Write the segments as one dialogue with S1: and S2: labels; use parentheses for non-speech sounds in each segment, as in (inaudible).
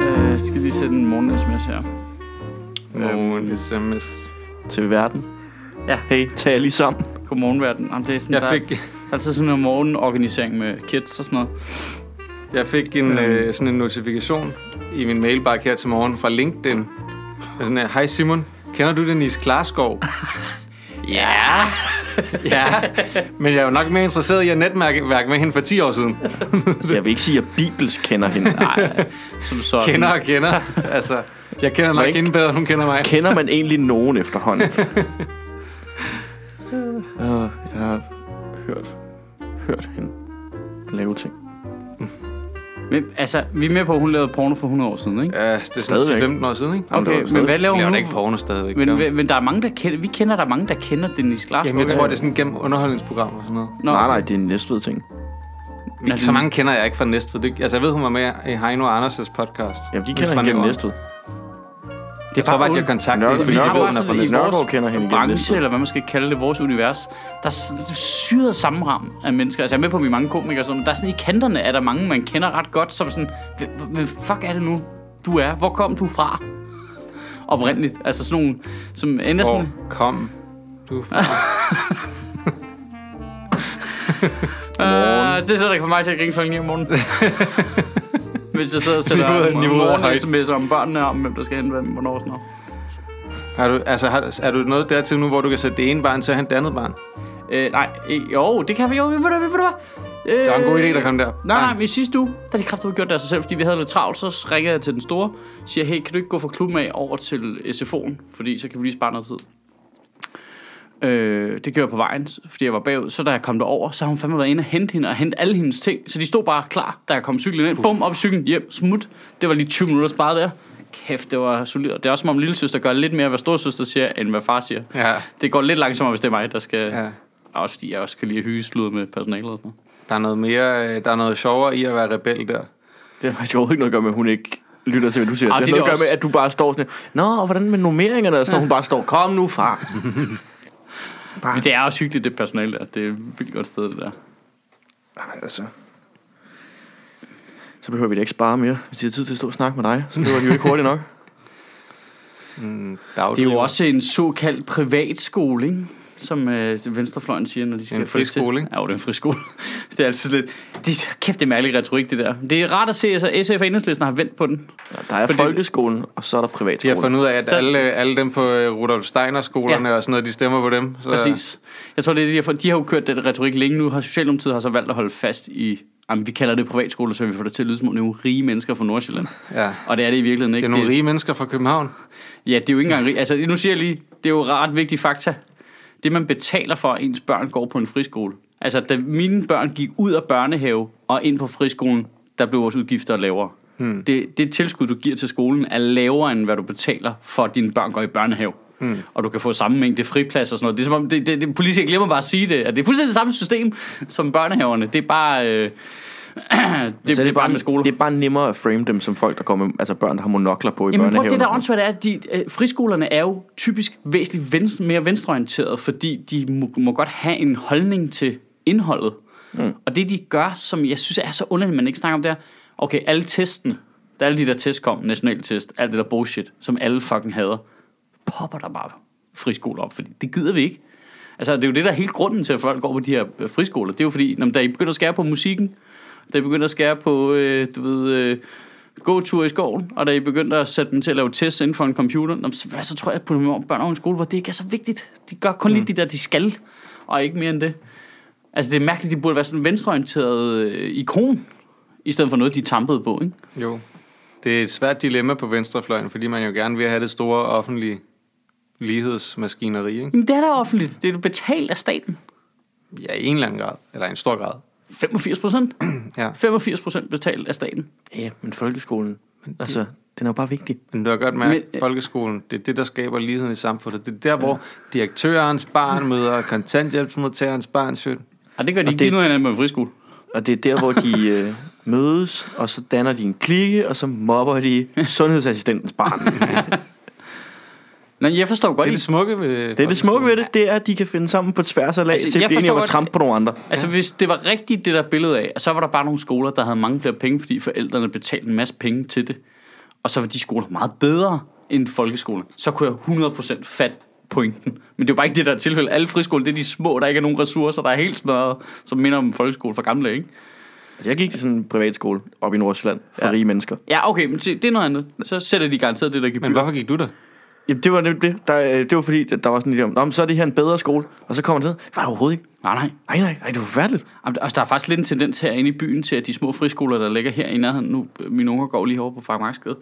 S1: Øh, sende en morgen-sms her.
S2: Morgen sms.
S3: til verden.
S1: Ja.
S3: Hey, tag jer lige sammen.
S1: Godmorgen, verden. Jamen, det er sådan,
S2: Jeg
S1: der,
S2: fik,
S1: der er altid sådan en morgenorganisering med kids og sådan noget.
S2: jeg fik en,
S1: Øhm.
S2: øh, sådan en notifikation i min mailbakke her til morgen fra LinkedIn. Jeg er Sådan her, Hej Simon, kender du Denise Klarskov?
S1: Ja.
S2: ja, men jeg er jo nok mere interesseret i at netværke med hende for 10 år siden.
S3: Altså, (laughs) jeg vil ikke sige, at Bibels kender hende.
S1: Nej, som sådan.
S2: Kender og kender. Altså, jeg kender nok
S3: ikke-
S2: hende bedre, end hun kender mig.
S3: Kender man egentlig nogen
S1: (laughs)
S3: efterhånden? uh, jeg har hørt, hørt hende lave ting.
S1: Men, altså, vi er med på, at hun lavede porno for 100 år siden, ikke?
S2: Ja, det er sådan
S3: Stadigvæk.
S2: 15 år siden, ikke?
S3: Jamen, det
S1: Okay,
S3: var jo
S1: men
S3: stadig-
S1: hvad laver
S2: Jeg
S1: hun
S2: er
S1: nu?
S2: da ikke porno stadigvæk.
S1: Men,
S2: jo.
S1: men, men der er mange, der kender... Vi kender, der er mange, der kender Dennis Glasgow.
S2: Jamen, jeg tror, det er sådan gennem underholdningsprogrammer og sådan noget.
S1: Nå,
S3: Nej, nej, det er en næstved ting.
S1: Nå,
S2: Men så
S1: det-
S2: mange kender jeg ikke fra Næstved. Det- Altså, jeg ved, hun var med i Heino Anders' podcast.
S3: Jamen,
S2: Fra
S3: de kender hende gennem
S2: Nørre.
S3: næstved.
S1: Det
S2: Jeg
S1: er
S2: tror bare, at jeg
S1: ondt.
S2: kontaktede
S3: Nørre-
S2: hende, fordi jeg
S3: Nørre-
S2: ved, hun er
S1: Bare
S2: fra
S1: sådan i
S2: Næstved.
S3: Nørgaard
S1: vores
S3: kender hende gennem
S1: branche,
S3: Næstved.
S1: eller hvad man skal kalde det, vores univers, der er s- syret samme ram af mennesker. Altså, jeg er med på, at vi er mange komikere og sådan, men der er sådan i kanterne, er der mange, man kender ret godt, som sådan, "Hvem- hvem fuck er det nu, du er? Hvor kom du fra? (laughs) Oprindeligt. Altså sådan nogle, som ender sådan...
S2: Hvor kom du fra?
S1: Øh, det sætter ikke for mig til at grine klokken 9 om
S2: (laughs)
S1: morgenen. Hvis jeg sidder og sætter
S2: Niveauet-
S1: morgen,
S2: niveauet er
S1: morgen
S2: højt.
S1: sms om børnene, om hvem der skal hente hvem, hvornår og sådan noget.
S2: Er du, altså, har, er du nået dertil nu, hvor du kan sætte det ene barn til at hente det andet barn?
S1: Øh, nej, øh, jo, det kan vi jo. Ved du, ved du, ved du hvad? Øh,
S2: Det var en god idé, der kom der.
S1: Nej, nej, men i sidste uge, da de kræfter gjort det af sig selv, fordi vi havde lidt travlt, så ringede jeg til den store, siger, hey, kan du ikke gå fra klubben af over til SFO'en, fordi så kan vi lige spare noget tid. Øh, det gjorde jeg på vejen, fordi jeg var bagud. Så da jeg kom derover, så har hun fandme været inde og hente hende og hente alle hendes ting. Så de stod bare klar, da jeg kom cyklen ind. Bum, op i cyklen, hjem, smut. Det var lige 20 minutter sparet der. Kæft, det var solidt. Og Det er også som om lillesøster gør lidt mere, hvad storsøster siger, end hvad far siger.
S2: Ja,
S1: Det går lidt langsommere, hvis det er mig, der skal... Ja.
S2: ja.
S1: Også fordi jeg også kan lide at hygge sludder med personalet og sådan noget.
S2: Der er noget mere, øh, der er noget sjovere i at være rebel der.
S3: Det har faktisk overhovedet ikke noget at gøre med, at hun ikke lytter til, hvad du siger.
S1: Ej,
S3: det har
S1: Ah, det er
S3: noget at gøre
S1: det
S3: med, at du bare står sådan, Nå, og hvordan med nummeringerne? Og så står hun bare står, kom nu, far.
S1: Men det er også hyggeligt, det personale der. Det er et vildt godt sted, det der.
S3: Nej, altså. Så behøver vi da ikke spare mere. Hvis de har tid til at stå og snakke med dig, så løber de jo
S1: (laughs)
S3: ikke hurtigt nok.
S2: Mm,
S1: Det er jo også en såkaldt privatskole, ikke? Som øh, venstrefløjen siger, når de skal
S2: en
S1: få det til.
S2: friskole, ikke?
S1: Ja, jo, det er en friskole. (laughs) det er altid lidt... Det er, kæft, det er mærkelig retorik, det der. Det er rart at se, at SF og Enhedslisten har vendt på den.
S3: Der er
S1: Fordi-
S3: folkeskolen, og så er der
S2: De har
S3: privatskolen.
S2: fundet ud af, at
S1: Så-
S2: alle, alle dem på øh, Rudolf Steiner-skolerne ja. og sådan noget, de stemmer på dem. Så,
S1: Præcis. Jeg tror, det er det, de har, fået- de har jo kørt den retorik længe nu. Har Socialdemokratiet har så valgt at holde fast i... Jamen, vi kalder det privatskole, så vi får det til at lyde som om det er nogle rige mennesker fra Nordsjælland.
S2: Ja.
S1: Og det er det i virkeligheden
S2: Det
S1: ikke.
S2: er nogle rige mennesker fra København.
S1: Ja, det er jo ikke engang rigtigt. Altså, nu siger jeg lige, det er jo ret vigtige fakta. Det, man betaler for, at ens børn går på en friskole. Altså, da mine børn gik ud af børnehave og ind på friskolen, der blev vores udgifter lavere. Hmm. Det, det tilskud, du giver til skolen, er lavere, end hvad du betaler for, at dine børn går i børnehave. Hmm. Og du kan få samme mængde friplads og sådan noget. Det er som om, det, det, det, politikere glemmer bare at sige det. At det er fuldstændig det samme system som børnehaverne. Det er bare... Øh, (clears throat) det,
S3: så
S1: det, er bare med skoler.
S3: det er bare nemmere at frame dem som folk, der kommer, altså børn, der har monokler på i
S1: Jamen prøv,
S3: børnehaven.
S1: det der er åndssvagt er, at de, øh, friskolerne er jo typisk væsentligt venstre, mere venstreorienteret, fordi de må, må godt have en holdning til indholdet. Mm. Og det de gør, som jeg synes er så underligt, man ikke snakker om, det er, okay, alle testen, da alle de der test kom, national test, alt det der bullshit, som alle fucking hader, popper der bare friskoler op, fordi det gider vi ikke. Altså, det er jo det, der er hele grunden til, at folk går på de her øh, friskoler. Det er jo fordi, når, da I begynder at skære på musikken, da I begynder at skære på, øh, du ved, øh, gåture i skoven, og da I begyndte at sætte dem til at lave tests inden for en computer, nå, så, hvad, så tror jeg, at putte dem om børn over en skole, hvor det ikke er så vigtigt. De gør kun mm. lige det der, de skal, og ikke mere end det. Altså, det er mærkeligt, de burde være sådan en venstreorienteret øh, ikon, i stedet for noget, de tampede på, ikke?
S2: Jo. Det er et svært dilemma på venstrefløjen, fordi man jo gerne vil have det store offentlige lighedsmaskineri, ikke?
S1: Jamen, det er da offentligt. Det er jo betalt af staten.
S2: Ja, i en eller anden grad. Eller i en stor grad.
S1: 85 procent.
S2: Ja.
S1: 85 procent betalt af staten.
S3: Ja, men folkeskolen, altså, den er jo bare vigtig.
S2: Men øh, du har godt mærket,
S1: Men-
S2: at folkeskolen, det er det, der skaber ligheden i samfundet. Det er der, hvor direktørens barn møder kontanthjælpsmodtagerens barn. Shit.
S1: Og det gør de
S3: Og
S1: ikke
S3: det-
S1: det... nu andet med en friskole.
S3: Og det er der, hvor
S1: (laughs)
S3: de øh, mødes, og så danner de en klikke, og så mobber de sundhedsassistentens
S1: (laughs)
S3: barn.
S1: Nej, jeg forstår godt,
S2: Det er
S1: I
S2: det smukke ved
S3: Det er det smukke ved det, det er, at de kan finde sammen på tværs af lag
S1: Altså,
S3: altså, til
S1: jeg
S3: at blive enige
S1: forstår
S3: om at
S1: godt-
S3: trampe på nogle andre.
S1: Altså, hvis det var rigtigt, det der billede af, så var der bare nogle skoler, der havde mange flere penge, fordi forældrene betalte en masse penge til det. og så var de skoler meget bedre end folkeskolen, så kunne jeg 100% fat pointen. Men det er jo bare ikke det, der er tilfældet. Alle friskoler, det er de små, der ikke er nogen ressourcer, der er helt smadret, som minder om folkeskole fra gamle, dage, ikke?
S3: Altså, jeg gik i sådan en privatskole op i Nordsjælland for
S1: Ja.
S3: ja. rige mennesker.
S1: Ja, okay, men se, det er noget andet. Så sætter de garanteret det, der gebyr.
S2: Men hvorfor gik du der?
S3: Jamen, det var nemlig det. Der, øh, det var fordi, at der var sådan en idé om, "Nå, men så er det her en bedre skole. Og så kommer det ned. Det var det overhovedet ikke.
S1: Nej, nej.
S3: Nej, nej, nej, det var forfærdeligt.
S1: Jamen, Altså, der er faktisk lidt en tendens herinde i byen til, at de små friskoler, der ligger her i nærheden, nu øh, mine unger går lige herovre på Frank Marksgade,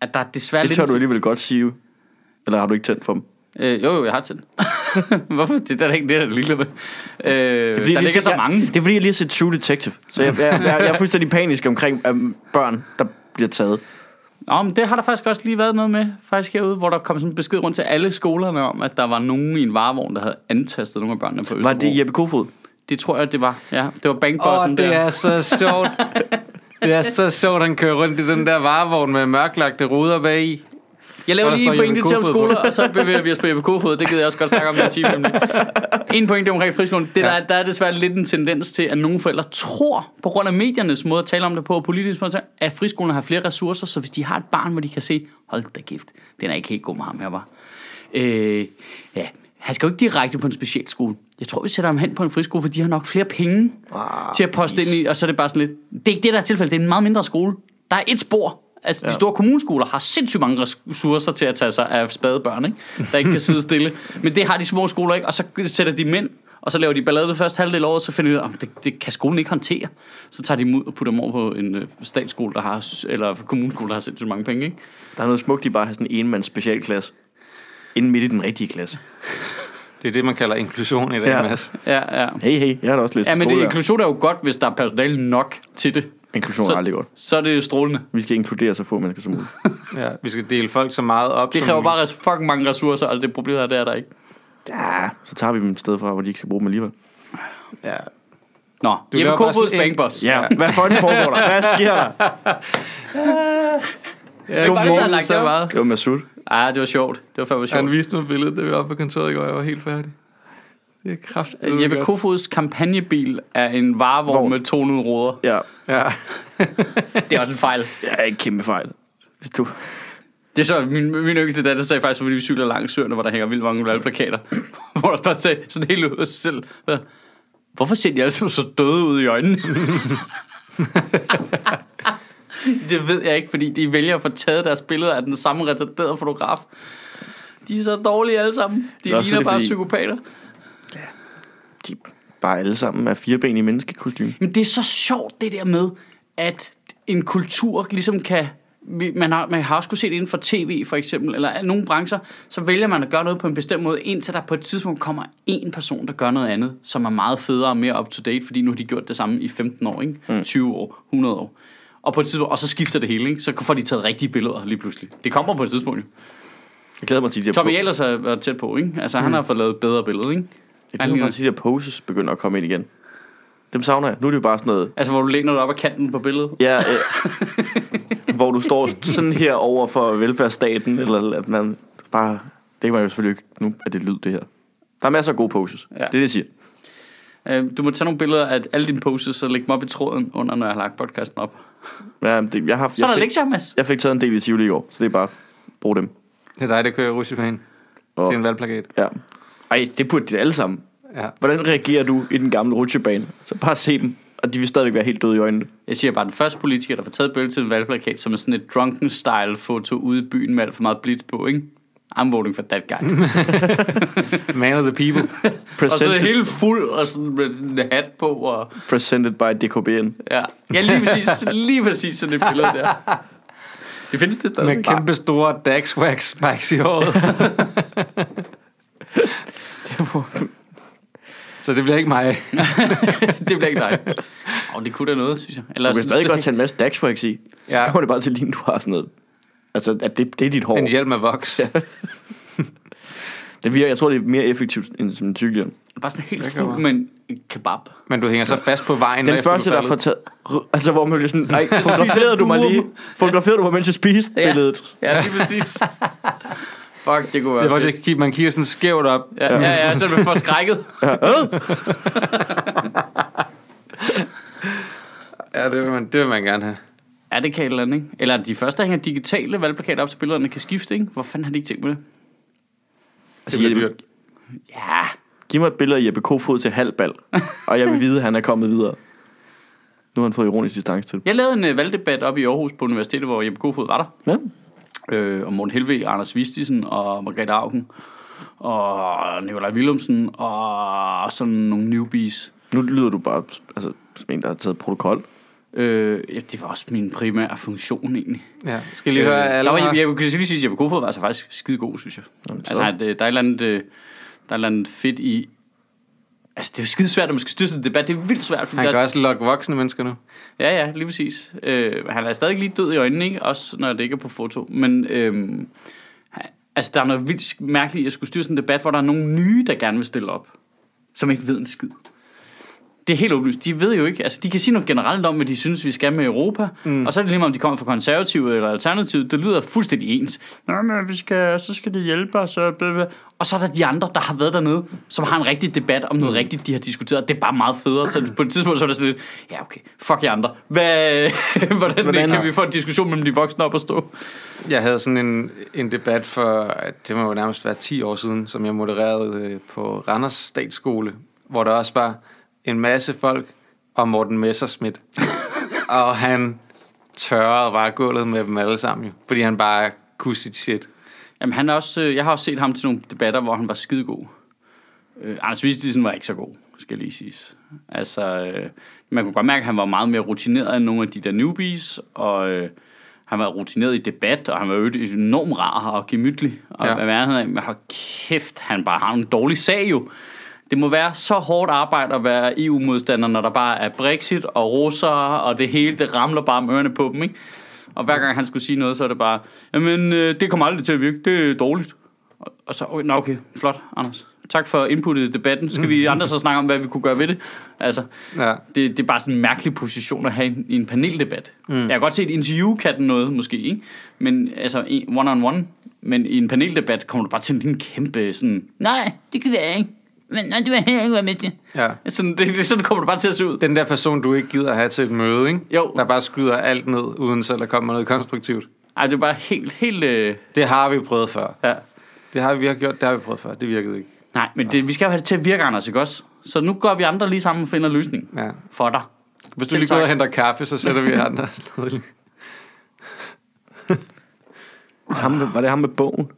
S1: at der desværre
S3: Det
S1: lidt...
S3: tør
S1: en
S3: du alligevel godt sige. Eller har du ikke tændt for dem?
S1: Øh, jo, jo, jeg har tændt. (laughs) Hvorfor? Det er da ikke det, der er ligeglad med. Øh,
S3: Fordi
S1: der
S3: jeg lige
S1: ligger
S3: har
S1: så
S3: set-
S1: mange.
S3: Jeg, det er fordi, jeg lige har set True Detective. Så jeg, jeg, jeg, jeg er fuldstændig panisk omkring um, børn, der bliver taget.
S1: Nå, men det har der faktisk også lige været noget med, faktisk herude, hvor der kom sådan en besked rundt til alle skolerne om, at der var nogen i en varevogn, der havde antastet nogle af børnene på Østerbro.
S3: Var det Jeppe Kofod?
S1: det tror jeg, det var. Ja, det var
S2: Åh,
S1: bankbossen
S2: oh, det
S1: der.
S2: er så sjovt. (laughs) Det er så sjovt, han kører rundt i den der varevogn med mørklagte ruder bagi.
S1: Jeg
S2: Og
S1: laver
S2: der
S1: lige
S2: står
S1: en
S2: Jeppe
S1: pointe til om
S2: Kofod på.
S1: skoler, og så bevæger vi os på JBK-fod. Det gider jeg også godt snakke om i en time. nemlig. En pointe omkring friskolen. Det, der, er- der er desværre lidt en tendens til, at nogle forældre tror, på grund af mediernes måde at tale om det på, og politisk måde, at tale, at friskolen har flere ressourcer, så hvis de har et barn, hvor de kan se, hold da gift, den er ikke helt god med ham her, var. Øh, ja, han skal jo ikke direkte på en specialskole. Jeg tror, vi sætter ham hen på en friskole, for de har nok flere penge
S3: Ah,
S1: til at poste ind i, og så er det bare sådan lidt, det er ikke det, der er tilfældet, det er en meget mindre skole. Der er et spor. Altså, ja. de store kommuneskoler har sindssygt mange ressourcer til at tage sig af spadebørn, ikke? der ikke kan sidde stille. Men det har de små skoler ikke, og så sætter de mænd, og så laver de ballade det første halvdel af året, så finder de ud af, "Om det, det kan skolen ikke håndtere. Så tager de dem ud og putter dem over på en øh, statsskole, der har, s- eller kommuneskole, der har sindssygt mange penge. Ikke?
S3: Der er noget smukt i bare at have sådan en enmands specialklasse. Inden midt i den rigtige klasse.
S2: Det er det, man kalder inklusion i dag, ja.
S3: Ja.
S2: Mads.
S1: Ja, ja.
S3: Hey, hey, jeg har da også læst
S1: Ja, men det,
S3: skolelærer.
S1: inklusion er jo godt, hvis der er personale nok til det.
S3: Inklusion er aldrig godt.
S1: så er det jo strålende.
S3: Vi skal inkludere så få mennesker som muligt.
S2: Ja, vi skal dele folk så meget op.
S1: Det
S2: som
S1: kræver
S2: muligt.
S1: bare res- fucking mange ressourcer, og det problem er, det er der ikke.
S3: ja, så tager vi dem et sted fra, hvor de ikke skal bruge dem alligevel.
S2: Ja.
S1: Nå, du
S2: laver
S1: Jeppe
S2: bare
S1: Kofods
S2: sådan en-
S1: bankboss.
S3: Ja,
S2: Ja.
S3: hvad for det foregår der? Hvad sker
S1: (laughs)
S3: der?
S2: Ja,
S3: Godmorgen.
S2: det, der er lagt så
S1: op.
S2: meget.
S3: Det var Masud.
S1: Ah, det var sjovt. Det var fandme
S2: Han
S1: sjovt.
S2: viste mig billedet, da vi var oppe på kontoret i går. Jeg var helt færdig. Det er kraft.
S1: Øh, Jeppe Kofods kampagnebil er en varevogn
S3: Vogn.
S1: med 200 ruder.
S3: (laughs) Ja,
S2: Ja.
S1: Det er også en fejl.
S3: det er en kæmpe fejl. Hvis du...
S1: Det er så min, min yngste datter sagde faktisk, fordi vi cykler langs søerne, hvor der hænger vildt mange glade plakater. (laughs) hvor der bare sagde sådan helt ud af sig selv. hvad, Hvorfor ser de alle sammen så døde ud i øjnene? (laughs) det ved jeg ikke, fordi de vælger at få taget deres billeder af den samme retarderede fotograf. De er så dårlige alle sammen. De
S3: er også
S1: ligner
S3: det,
S1: bare
S3: fordi-
S1: psykopater.
S3: De bare alle sammen er fireben i menneskekostyme.
S1: Men det er så sjovt det der med, at en kultur ligesom kan... vi- Man har, man har også kunne se det inden for tv for eksempel, eller af nogle brancher, så vælger man at gøre noget på en bestemt måde, indtil der på et tidspunkt kommer en person, der gør noget andet, som er meget federe og mere up-to-date, fordi nu har de gjort det samme i 15 år, ikke? 20 år, 100 år. Og, på et tidspunkt, og så skifter det hele, ikke? så får de taget rigtige billeder lige pludselig. Det kommer på et tidspunkt. Jo.
S3: Jeg glæder mig til, at de her,
S1: Tommy
S3: po-
S1: Ahlers har været tæt på, ikke? Altså, han har fået lavet et bedre billede, ikke?
S3: jeg glæder mig til, at de her poses begynder at komme ind igen. Dem savner jeg. Nu er det jo bare sådan noget...
S1: Altså, hvor du læner dig op ad kanten på billedet.
S3: Ja, øh,
S1: (laughs)
S3: hvor du står sådan her over for velfærdsstaten, eller at man bare... Det kan man jo selvfølgelig ikke... Nu er det lyd, det her. Der er masser af gode poses. Ja. Det er det, jeg siger.
S1: Øh, Du må tage nogle billeder af alle dine poses og lægge dem op i tråden under, når jeg har lagt podcasten op.
S3: Ja, det, jeg, har,
S1: Så er
S3: jeg,
S1: der
S3: fik,
S1: lektier, Mads.
S3: jeg fik taget en del i Tivoli i går, så det er bare... Brug dem.
S2: Det er dig, der kører rutsjebanen
S3: Og,
S2: til en valgplakat.
S3: ja. Ej, det burde de alle sammen.
S2: Ja.
S3: Hvordan reagerer du i den gamle rutsjebane? Så bare se dem, og de vil stadigvæk være helt døde i øjnene.
S1: Jeg siger bare, den første politiker, der får taget billede til en valgplakat, som er sådan et drunken-style-foto ude i byen med alt for meget blitz på, ikke? I'm voting for that (laughs) guy.
S2: Man of the people.
S1: og så er det
S3: Presented,
S1: hele fuld og sådan med sådan en hat på. Og,
S3: presented by DKBN.
S1: ja. ja, lige præcis, lige præcis sådan et billede der. Det findes det stadigvæk.
S2: Med kæmpe store Dax Wax Spikes i håret. Så det bliver ikke mig.
S1: (laughs) det bliver ikke dig. Og det kunne da noget, synes jeg. Eller,
S3: Du kan
S1: sådan-
S3: stadig godt tage en masse Dax, for jeg sige. Ja. Så
S2: Ja.
S3: kommer det bare til at ligne, du har sådan noget. Altså, at det, det er dit hår.
S2: En hjelm af voks.
S3: Det virker, jeg tror, det er mere effektivt end som en cykelhjelm.
S1: Bare sådan helt
S2: kan
S1: fuld med en kebab.
S2: Men du hænger så fast på vejen.
S3: Den
S2: hvorefter du
S3: første, der
S2: faldet.
S3: får taget... Altså, hvor man bliver sådan... (laughs) Nej, fotograferede du mig
S1: du
S3: lige?
S1: dem?"
S3: Fotograferede du mig, mens jeg spiste billedet?
S1: Ja, lige præcis. Fuck, det kunne være
S2: Det var
S1: fedt.
S2: det, man kigger sådan skævt op.
S1: Ja, ja, ja, så er man (laughs) forskrækket.
S2: Ja, det vil man, det vil man gerne have.
S1: Ja, Ja, det kan et eller andet, ikke? Eller de første, der hænger digitale valgplakater op, så billederne kan skifte, ikke? Hvor fanden har de ikke tænkt med det?
S3: Altså,
S2: bliver
S3: Jeppe,
S2: dyrt.
S1: Ja,
S3: giv mig et billede af Jeppe Kofod til halvbal, og jeg vil vide, at han er kommet videre. Nu har han fået ironisk distance til det.
S1: jeg lavede en øh, valgdebat op i Aarhus på universitetet, hvor Jeppe Kofod var der.
S3: Ja.
S1: øh, og Morten Helve, Anders Vistisen og Margrethe Augen og Nikolaj Willumsen og sådan nogle newbies.
S3: Nu lyder du bare altså, som en, der har taget protokol.
S1: Øh, ja, det var også min primære funktion egentlig.
S2: Ja. Skal lige høre,
S1: øh,
S2: alle
S1: der var, jeg,
S2: har...
S1: jeg, kunne lige sige, at Jeppe Kofod var altså faktisk skide god, synes jeg. Jamen, altså, at, øh, der, er et eller andet, øh, der er et eller andet fedt i... Altså, det er jo skide svært, når man skal styrke en debat. Det er vildt svært. Fordi
S2: Han
S1: der,
S2: kan også lokke voksne mennesker nu.
S1: Ja, ja, lige præcis. Øh, han er stadig lige død i øjnene, ikke? Også når det ikke er på foto. Men øh, altså, der er noget vildt sk- mærkeligt i at skulle styre sådan en debat, hvor der er nogle nye, der gerne vil stille op, som ikke ved en skid. Det er helt åbenlyst. De ved jo ikke, altså de kan sige noget generelt om, hvad de synes, vi skal med Europa, mm. og så er det lige meget, om de kommer fra konservative eller alternativet. Det lyder fuldstændig ens. Nå, men vi skal, så skal de hjælpe os. Og, bla, bla. og så er der de andre, der har været dernede, som har en rigtig debat om noget rigtigt, de har diskuteret. Det er bare meget federe. Så på et tidspunkt så er det sådan lidt, ja okay, fuck jer andre. Hvad, (laughs) hvordan,
S3: Hvordan-
S1: hvordan kan vi få en diskussion mellem de voksne op at stå?
S2: Jeg havde sådan en, en debat for, at det må jo nærmest være 10 år siden, som jeg modererede øh, på Randers Statsskole, hvor der også var en masse folk og Morten
S1: (laughs)
S2: Messerschmidt. og han tørrede bare gulvet med dem alle sammen, jo, fordi han bare kunne sit shit.
S1: Jamen, han er også, øh, jeg har også set ham til nogle debatter, hvor han var skidegod. Øh, Anders Vistisen var ikke så god, skal lige siges. Altså, øh, man kunne godt mærke, at han var meget mere rutineret end nogle af de der newbies, og øh, han var rutineret i debat, og han var jo enormt rar og gemytlig. Og
S2: Ja.
S1: ja. hvad han men hold kæft, han bare har en dårlig sag jo. Det må være så hårdt arbejde at være EU-modstander, når der bare er Brexit og russere, og det hele, det ramler bare om ørerne på dem, ikke? Og hver gang han skulle sige noget, så er det bare, jamen, øh, det kommer aldrig til at virke, det er dårligt. Og, og så, okay, nå okay, flot, Anders. Tak for inputtet i debatten. Skal vi andre så snakke om, hvad vi kunne gøre ved det? Altså,
S2: Ja.
S1: det, det er bare sådan en mærkelig position at have i en, i en paneldebat. Mm. Jeg kan godt se, at et interview kan den noget, måske, ikke? Men altså, en- one-on-one. Men i en paneldebat kommer du bare til en kæmpe sådan, nej, det kan jeg ikke. Men nej, det vil jeg ikke være med til.
S2: ja.
S1: Sådan, det, det, sådan kommer du bare til at se ud.
S2: Den der person, du ikke gider have til et møde, ikke?
S1: Jo.
S2: der bare skyder alt ned, uden selv at komme med noget konstruktivt.
S1: Ej, det er bare helt, helt... Øh,
S2: Det har vi prøvet før.
S1: ja.
S2: Det har vi, vi har gjort, det har vi prøvet før. Det virkede ikke.
S1: Nej, men det, vi skal jo have det til at virke, Anders, ikke også? Så nu går vi andre lige sammen og finder løsningen
S2: Ja.
S1: for dig.
S2: Hvis du
S1: Selv
S2: lige går ud
S1: tak.
S2: og henter kaffe, så sætter vi andre.
S1: (laughs)
S3: Ham, med- var det ham med bogen?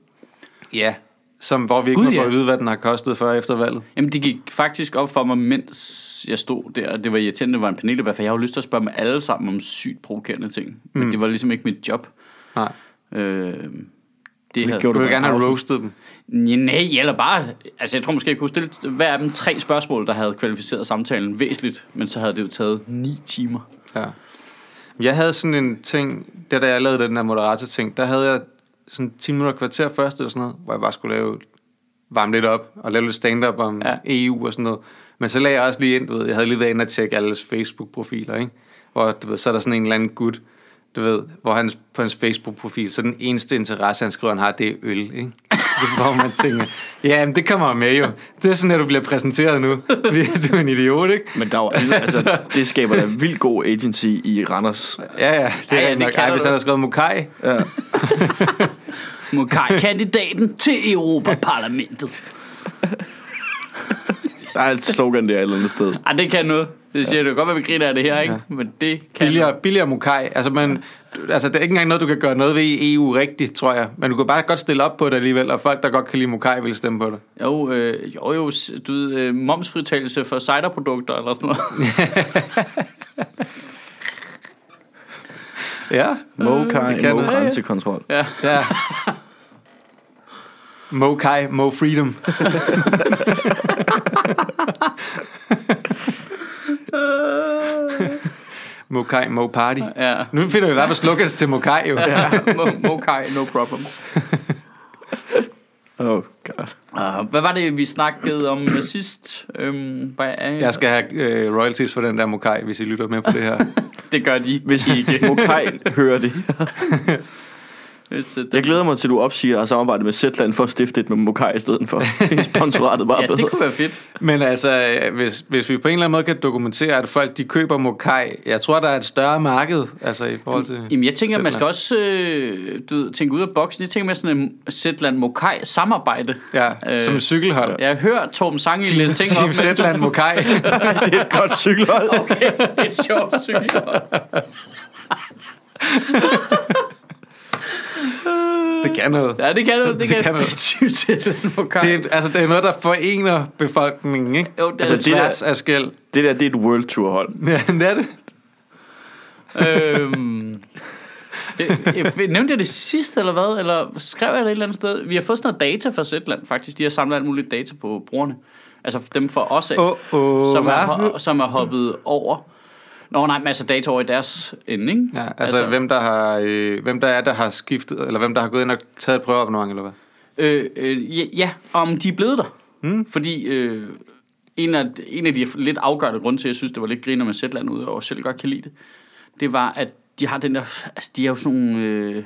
S2: Ja, som, hvor vi ikke
S1: Gud,
S2: Gud, må få
S1: ja.
S2: at vide, hvad den har kostet før og efter valget.
S1: Jamen, det gik faktisk op for mig, mens jeg stod der, og det var irriterende, det var en paneldebat, for jeg har jo lyst til at spørge dem alle sammen om sygt provokerende ting, men
S2: Mm.
S1: det var ligesom ikke mit job.
S2: Nej.
S1: Øh, det her.
S3: gjorde
S2: Du
S1: du.
S2: vil gerne have
S3: Pausen.
S2: roastet dem.
S1: Ja, nej, eller bare, altså jeg tror måske, jeg kunne stille hver af dem tre spørgsmål, der havde kvalificeret samtalen væsentligt, men så havde det jo taget ni timer.
S2: Ja. Jeg havde sådan en ting, da da jeg lavede den der moderator-ting, der havde jeg sådan 10 minutter kvarter først eller sådan noget, hvor jeg bare skulle lave, varme lidt op og lave lidt stand-up om ja.
S1: Ja.
S2: EU og sådan noget. Men så lagde jeg også lige ind, du ved, jeg havde lige været inde og tjekke alles Facebook-profiler, ikke? Hvor, du ved, så er der sådan en eller anden gut, du ved, hvor han på hans Facebook-profil, så den eneste interesse, han skriver, han har, det er øl, ikke? (laughs) Det hvor man tænker, ja, men det kommer med jo. Det er sådan, at du bliver præsenteret nu. (laughs) Du er en idiot, ikke?
S3: Men der var, (laughs) altså, det skaber da vildt god agency i Randers.
S2: Ja, ja, det
S1: Ja,
S2: er
S1: ja,
S2: ja,
S1: det
S2: nok.
S1: kan
S2: Ej,
S1: du
S2: hvis
S1: da.
S2: han har skrevet Mokai,
S3: Ja.
S1: Mokai, kandidaten til Europaparlamentet.
S3: Der er et slogan der et eller andet sted.
S1: Ej, Ah, det kan noget. Det siger ja. du godt, hvad vi griner af det her, ikke? Ja. Men det kan noget.
S2: billigere, billigere Mokai. Altså, man, du- altså, det er ikke engang noget, du kan gøre noget ved i EU rigtigt, tror jeg. Men du kan bare godt stille op på det alligevel, og folk, der godt kan lide Mokai, vil stemme på det.
S1: Jo, øh, jo, jo, s- du ved, øh, momsfritagelse for ciderprodukter eller sådan noget.
S2: (laughs) Ja.
S3: Mokai,
S2: det kan
S3: Mo
S2: det.
S3: grænsekontrol.
S1: Ja.
S2: (laughs) ja. Mokai, Mo Freedom. Mokai, Mo Party.
S1: ja.
S2: Nu finder vi i hvert fald slukkes til Mokai, jo. Ja.
S1: (laughs) Mo- Mokai, no problem.
S3: Oh god.
S1: Uh, hvad var det, vi snakkede om øh, sidst? Øhm, hvad er,
S2: Jeg skal have øh, royalties for den der Mokai, hvis I lytter med på det her.
S1: (laughs) Det gør de
S3: Hvis
S1: ikke.
S3: Mokai hører det.
S1: Så det,
S3: Jeg glæder mig til, at du opsiger at samarbejde med Zetland for at stifte et med Mokai i stedet for. Det er sponsoratet bare
S1: ja,
S3: bedre.
S1: det kunne være fedt.
S2: Men altså, øh, hvis, hvis vi på en eller anden måde kan dokumentere, at folk de køber Mokai, jeg tror, der er et større marked altså, i forhold til...
S1: Jamen, jeg tænker, man skal
S2: Zetland.
S1: også øh, du ved, tænke ud af boksen. Jeg tænker med sådan øh, en Zetland Mokai samarbejde.
S2: Ja, øh, som et cykelhold. Ja.
S1: Jeg hører Torben Sange læse ting op.
S2: Team
S1: (laughs)
S2: Zetland Mokai.
S3: det er et godt cykelhold.
S1: Okay, et sjovt cykelhold.
S2: det kan noget.
S1: Ja, det kan du. Det,
S2: (laughs) Det
S1: kan,
S2: kan
S1: du.
S2: man.
S1: Team Zetland Mokai.
S2: Det, er- altså, det er noget, der forener befolkningen, ikke?
S1: jo, det er altså,
S2: Altså, det
S3: Altså, det der-
S2: tværs af skæld. (laughs)
S3: Det der, det er et World Tour hold.
S1: Mhm.
S2: Ja, det er det.
S1: øhm, jeg, jeg, nævnte jeg det sidst, eller hvad? Eller skrev jeg det et eller andet sted? Vi har fået sådan noget data fra Zetland, faktisk. De har samlet alt muligt data på brugerne. Altså dem fra os af,
S2: Åh, åh,
S1: som, er,
S2: hvad?
S1: ho- som er hoppet over. Nå nej, men altså data over i deres ende, ikke?
S2: Ja, altså, altså hvem, der har, øh, hvem der er, der har skiftet, eller hvem der har gået ind og taget et prøveabonnement, eller hvad?
S1: Øh, øh, ja, ja, om de er blevet der. Hmm. Fordi øh, en, af, en af de lidt afgørende grunde til, at jeg synes, det var lidt griner med Zetland ud og selv godt kan lide det, det var, at de har den der, altså de har jo sådan nogle øh,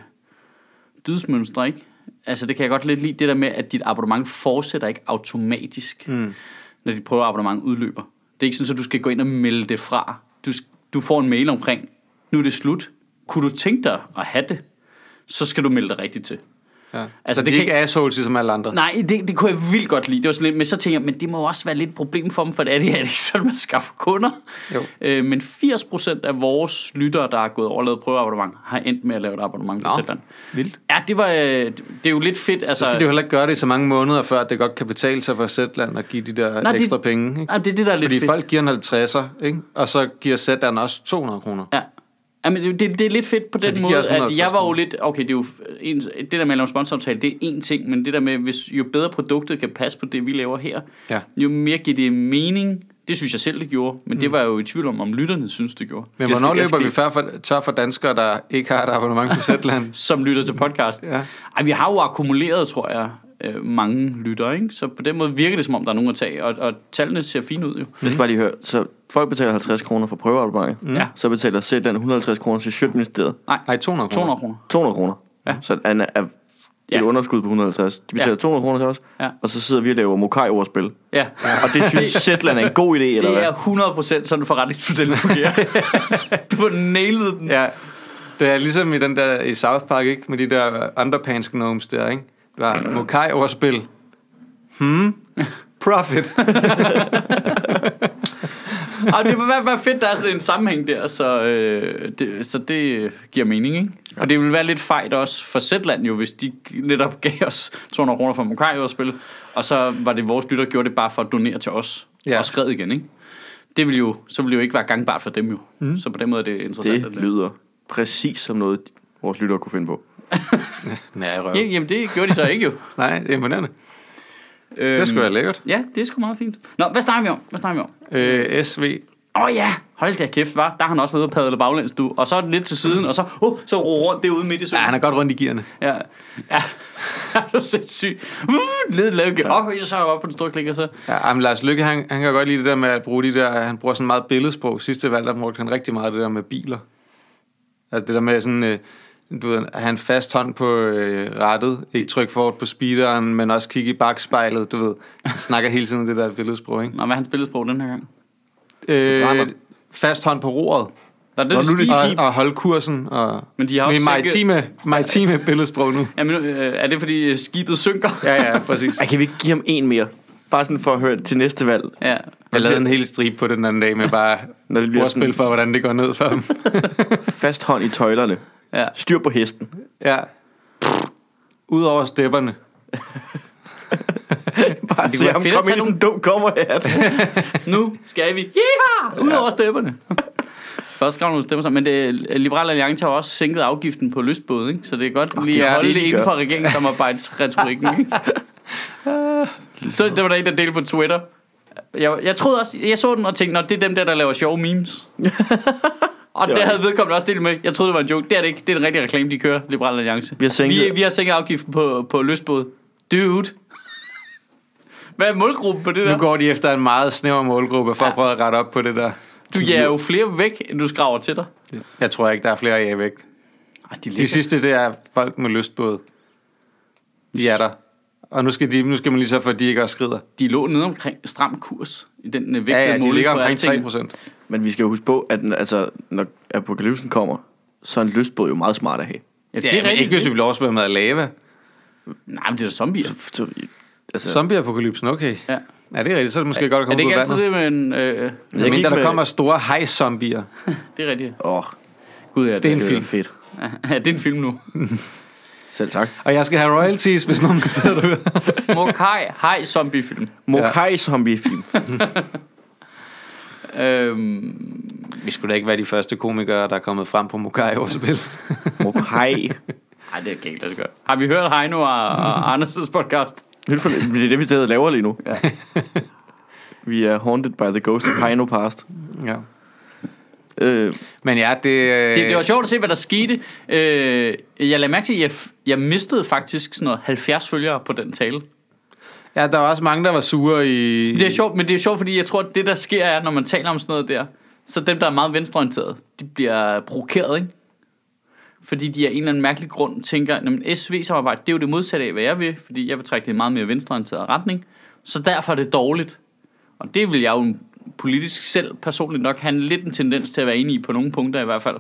S1: dydsmønstre, ikke? Altså det kan jeg godt lidt lide, det der med, at dit abonnement fortsætter ikke automatisk, hmm. når dit prøveabonnement udløber. Det er ikke sådan, at du skal gå ind og melde det fra. Du, s- du får en mail omkring, nu er det slut. Kunne du tænke dig at have det, så skal du melde dig rigtigt til.
S2: Ja.
S1: Altså,
S2: Altså,
S1: det
S2: det de
S1: kan-
S2: er ikke assholes, ligesom alle andre.
S1: Nej, det, det kunne jeg vildt godt lide. Det var sådan lidt, men så tænker jeg, men det må jo også være lidt et problem for dem, for det er det, er det ikke sådan, man skaffer kunder.
S2: Jo.
S1: Øh, men 80% af vores lyttere, der er gået over og lavet prøveabonnement, har endt med at lave et abonnement på
S2: Nå.
S1: Zetland.
S2: Vildt.
S1: Ja, det, var, øh, det er jo lidt fedt. Altså,
S2: Så skal de jo heller ikke gøre det i så mange måneder, før at det godt kan betale sig for Zetland at give de der
S1: Nej,
S2: Nej,
S1: det-
S2: ekstra penge. Ikke?
S1: nej, det er det, der er lidt
S2: Fordi
S1: fedt.
S2: folk giver en 50'er, ikke? og så giver Zetland også 200 kroner.
S1: Ja. Jamen, det, det, det er lidt fedt på den
S2: de
S1: måde,
S2: giver os
S1: at
S2: 150
S1: jeg var jo
S2: kroner.
S1: lidt... Okay, det, er jo en, det der med at lave en sponsoraftale, det er én ting, men det der med, hvis jo bedre produktet kan passe på det, vi laver her,
S2: Ja.
S1: jo mere giver det mening. Det synes jeg selv, det gjorde, men mm. det var jeg jo i tvivl om, om lytterne synes, det gjorde.
S2: Men
S3: Jeg
S2: hvornår
S3: skal- jeg
S2: løber
S3: skal-
S2: vi før for, tør for danskere, der ikke har et abonnement på Zetland?
S1: som lytter til podcasten.
S2: Ja.
S1: Ej, vi har jo akkumuleret, tror jeg, øh, mange lytter, ikke? Så på den måde virker det, som om der er nogen at tage, og, og tallene ser fine ud, jo.
S3: Jeg skal bare lige høre. Så folk betaler 50 kroner for prøveabonnementet. Mm.
S1: Ja.
S3: Så betaler Zetland 150 kroner til Sjøtministeriet.
S2: Nej, 200 kroner.
S1: 200 kroner.
S3: 200 kroner.
S1: Ja.
S3: Så han er et
S1: Ja.
S3: underskud på 150. De betaler
S1: Ja.
S3: ja. 200 kroner til os.
S1: Ja.
S3: Og så sidder vi og laver Mokai-ordspil.
S1: Ja.
S3: Og det synes Zetland er en god idé, eller
S1: Det
S3: hvad?
S1: er 100% sådan forretningsmodellen
S2: (laughs)
S1: fungerer. du har nailet den.
S2: Ja, det er ligesom i den der i South Park, ikke? Med de der underpants gnomes der, ikke? Det var Mokai overspil. Hmm? Profit.
S1: Og det vil være, være fedt, der er sådan en sammenhæng der, så, øh, det, så det øh, giver mening, ikke? For det ville være lidt fejt også for Zetland jo, hvis de netop gav os 200 kroner for Mokai at spille, og så var det vores lytter, gjorde det bare for at donere til os, ja.
S2: Ja.
S1: og skred igen, ikke? Det ville jo, så ville det jo ikke være gangbart for dem jo. Mm. Så på den måde er det interessant.
S3: Det
S1: at lave.
S3: lyder præcis som noget, vores lyttere kunne finde på.
S2: Nej, røv.
S1: Ja, jamen, det gjorde de så ikke jo.
S2: Nej, det er imponerende.
S1: Øhm,
S2: (laughs) Det er sgu da lækkert.
S1: Ja, det er sgu meget fint. Nå, hvad snakker vi om? Hvad snakker vi om?
S2: Øh, SV.
S1: Åh oh, ja, hold da kæft, var. Der har han også været ude og padle baglæns, du. Og så lidt til siden, og så, oh, så roer rundt derude midt i søen.
S2: Ja, han er godt rundt i gearne.
S1: Ja. Ja. (laughs) er du sindssyg? Uh, lidt lavt. Ja. Okay, så er jeg oppe på den store klik, og så...
S2: Ja, men Lars Lykke, han, han kan godt lide det der med at bruge de der... Han bruger sådan meget billedsprog. Sidste valg, der brugte han rigtig meget det der med biler. Altså det der med sådan... Øh, du ved, have en fast hånd på øh, rettet, ikke trykke forward på speederen, men også kigge i bagspejlet, du ved. Han snakker hele tiden det der billedsprog, ikke?
S1: Nå, hvad er hans billedsprog den her gang?
S2: Øh,
S3: brænder.
S2: fast hånd på roret,
S1: Nå, det
S3: Nå,
S1: er
S3: nu er det
S1: skib.
S3: skib.
S2: og, og holde kursen, og
S1: Men de har
S2: med
S1: også sænket...
S2: maritime, maritime billedsprog nu.
S1: Ja, men, øh, er det, fordi øh, skibet synker?
S2: Ja, ja, præcis.
S3: Ej, kan vi ikke give ham en mere? Bare sådan for at høre til næste valg.
S1: ja.
S2: Jeg lavede en hel stribe på den anden dag med bare
S3: Når det bliver
S2: ordspil
S3: sådan
S2: for, hvordan det går ned for dem.
S3: fast hånd i tøjlerne.
S1: Ja.
S3: Styr på hesten. (laughs)
S2: Ja. Udover stepperne.
S3: Bare
S1: kunne
S3: se
S1: være
S3: ham
S1: fedt at
S3: komme
S1: tage
S3: ind i sådan en dum
S1: (laughs)
S3: kommerhat.
S1: Nu skal vi... Yeehaw! Ud over stemmerne. Først skrev nogle stemmer sammen, men det, Liberal Alliance har også sænket afgiften på lystbåde, ikke? så det er godt lige
S2: det
S1: at
S2: er
S1: holde
S3: det,
S1: det
S3: de
S1: inden
S3: gør.
S1: for regeringssamarbejdsretorikken. ikke? så der var der en, der delte på Twitter. Jeg, jeg troede også, jeg så den og tænkte, at det er dem der, der laver sjove memes. Og
S3: Det er
S1: der havde
S3: rigtigt.
S1: vedkommende også delt med, jeg troede, det var en joke. Det er det ikke. Det er den rigtige reklame, de kører, Liberal Alliance.
S3: Vi har sænket-
S1: vi, vi har sænket afgiften på, på lystbåde. Dude. Hvad er målgruppen på det der?
S2: Nu går de efter en meget snæver målgruppe for
S1: Ja.
S2: at prøve at rette op på det der.
S1: Du jager jo flere væk, end du skraver til dig.
S2: Jeg tror ikke, der er flere af jer væk.
S1: Ej, de
S2: De
S1: ligger.
S2: sidste, det er folk med lystbåd. De er der. Og nu skal, de, nu skal man lige så for, at de ikke også skrider.
S1: De lå nede omkring stram kurs i den øh, vigtige
S2: Ja, ja, de
S1: måling
S2: ligger
S1: på
S2: omkring
S1: alting.
S2: 3 procent.
S3: Men vi skal jo huske på, at den- altså, når apokalypsen kommer, så er en lystbåd jo meget smart at have.
S1: Ja, det
S2: Ja,
S1: er
S2: men
S1: rigtigt.
S2: ikke hvis vi bliver oversvømmet af lava.
S1: Nej, men det er da zombier.
S3: Så, altså,
S2: Zombie-apokalypsen, okay.
S1: Ja.
S2: Ja, det er rigtigt. Så er det måske godt at
S1: Er det
S2: komme ud
S1: ikke
S2: af
S1: altid
S2: vandet.
S1: det, men... Øh,
S2: Men
S3: gik
S2: mindre, der
S3: med-
S2: kommer store hej-zombier.
S1: det er rigtigt.
S3: Åh, oh,
S1: Gud, ja, det,
S2: Det er
S1: det,
S2: en
S3: det er
S2: film.
S3: fedt.
S1: (laughs) ja, det er en film
S2: (laughs)
S1: nu.
S3: Selv tak.
S2: Og jeg skal have royalties, hvis nogen kan sidde derude.
S1: Mokai, hej zombiefilm.
S3: Mokai zombie-film.
S1: Øhm,
S2: Vi skulle da ikke være de første komikere, der er kommet frem på Mokai ordspil.
S1: (laughs)
S3: Mokai.
S1: ej, det kan ikke lade sig gøre. Har vi hørt Heino og,
S2: (laughs)
S1: og Anders' podcast?
S3: Nyt for- Det er det, vi stadig laver lige nu.
S1: Ja.
S3: Vi er haunted by the ghost of Pino Past.
S2: ja.
S3: Øh,
S2: Men ja, det... øh,
S1: Det, det var sjovt at se, hvad der skete. Øh, jeg lagde mærke til, at jeg, f- jeg mistede faktisk sådan noget 70 følgere på den tale.
S2: Ja, der var også mange, der var sure i...
S1: Det er sjovt, men det er sjovt, fordi jeg tror, at det, der sker, er, når man taler om sådan noget der, så dem, der er meget venstreorienterede, de bliver provokeret, ikke? Fordi de af en eller anden mærkelig grund tænker, at SV-samarbejde, det er jo det modsatte af, hvad jeg vil, fordi jeg vil trække det i en meget mere venstreorienteret retning. Så derfor er det dårligt. Og det vil jeg jo politisk selv personligt nok have en lidt en tendens til at være enig i på nogle punkter i hvert fald.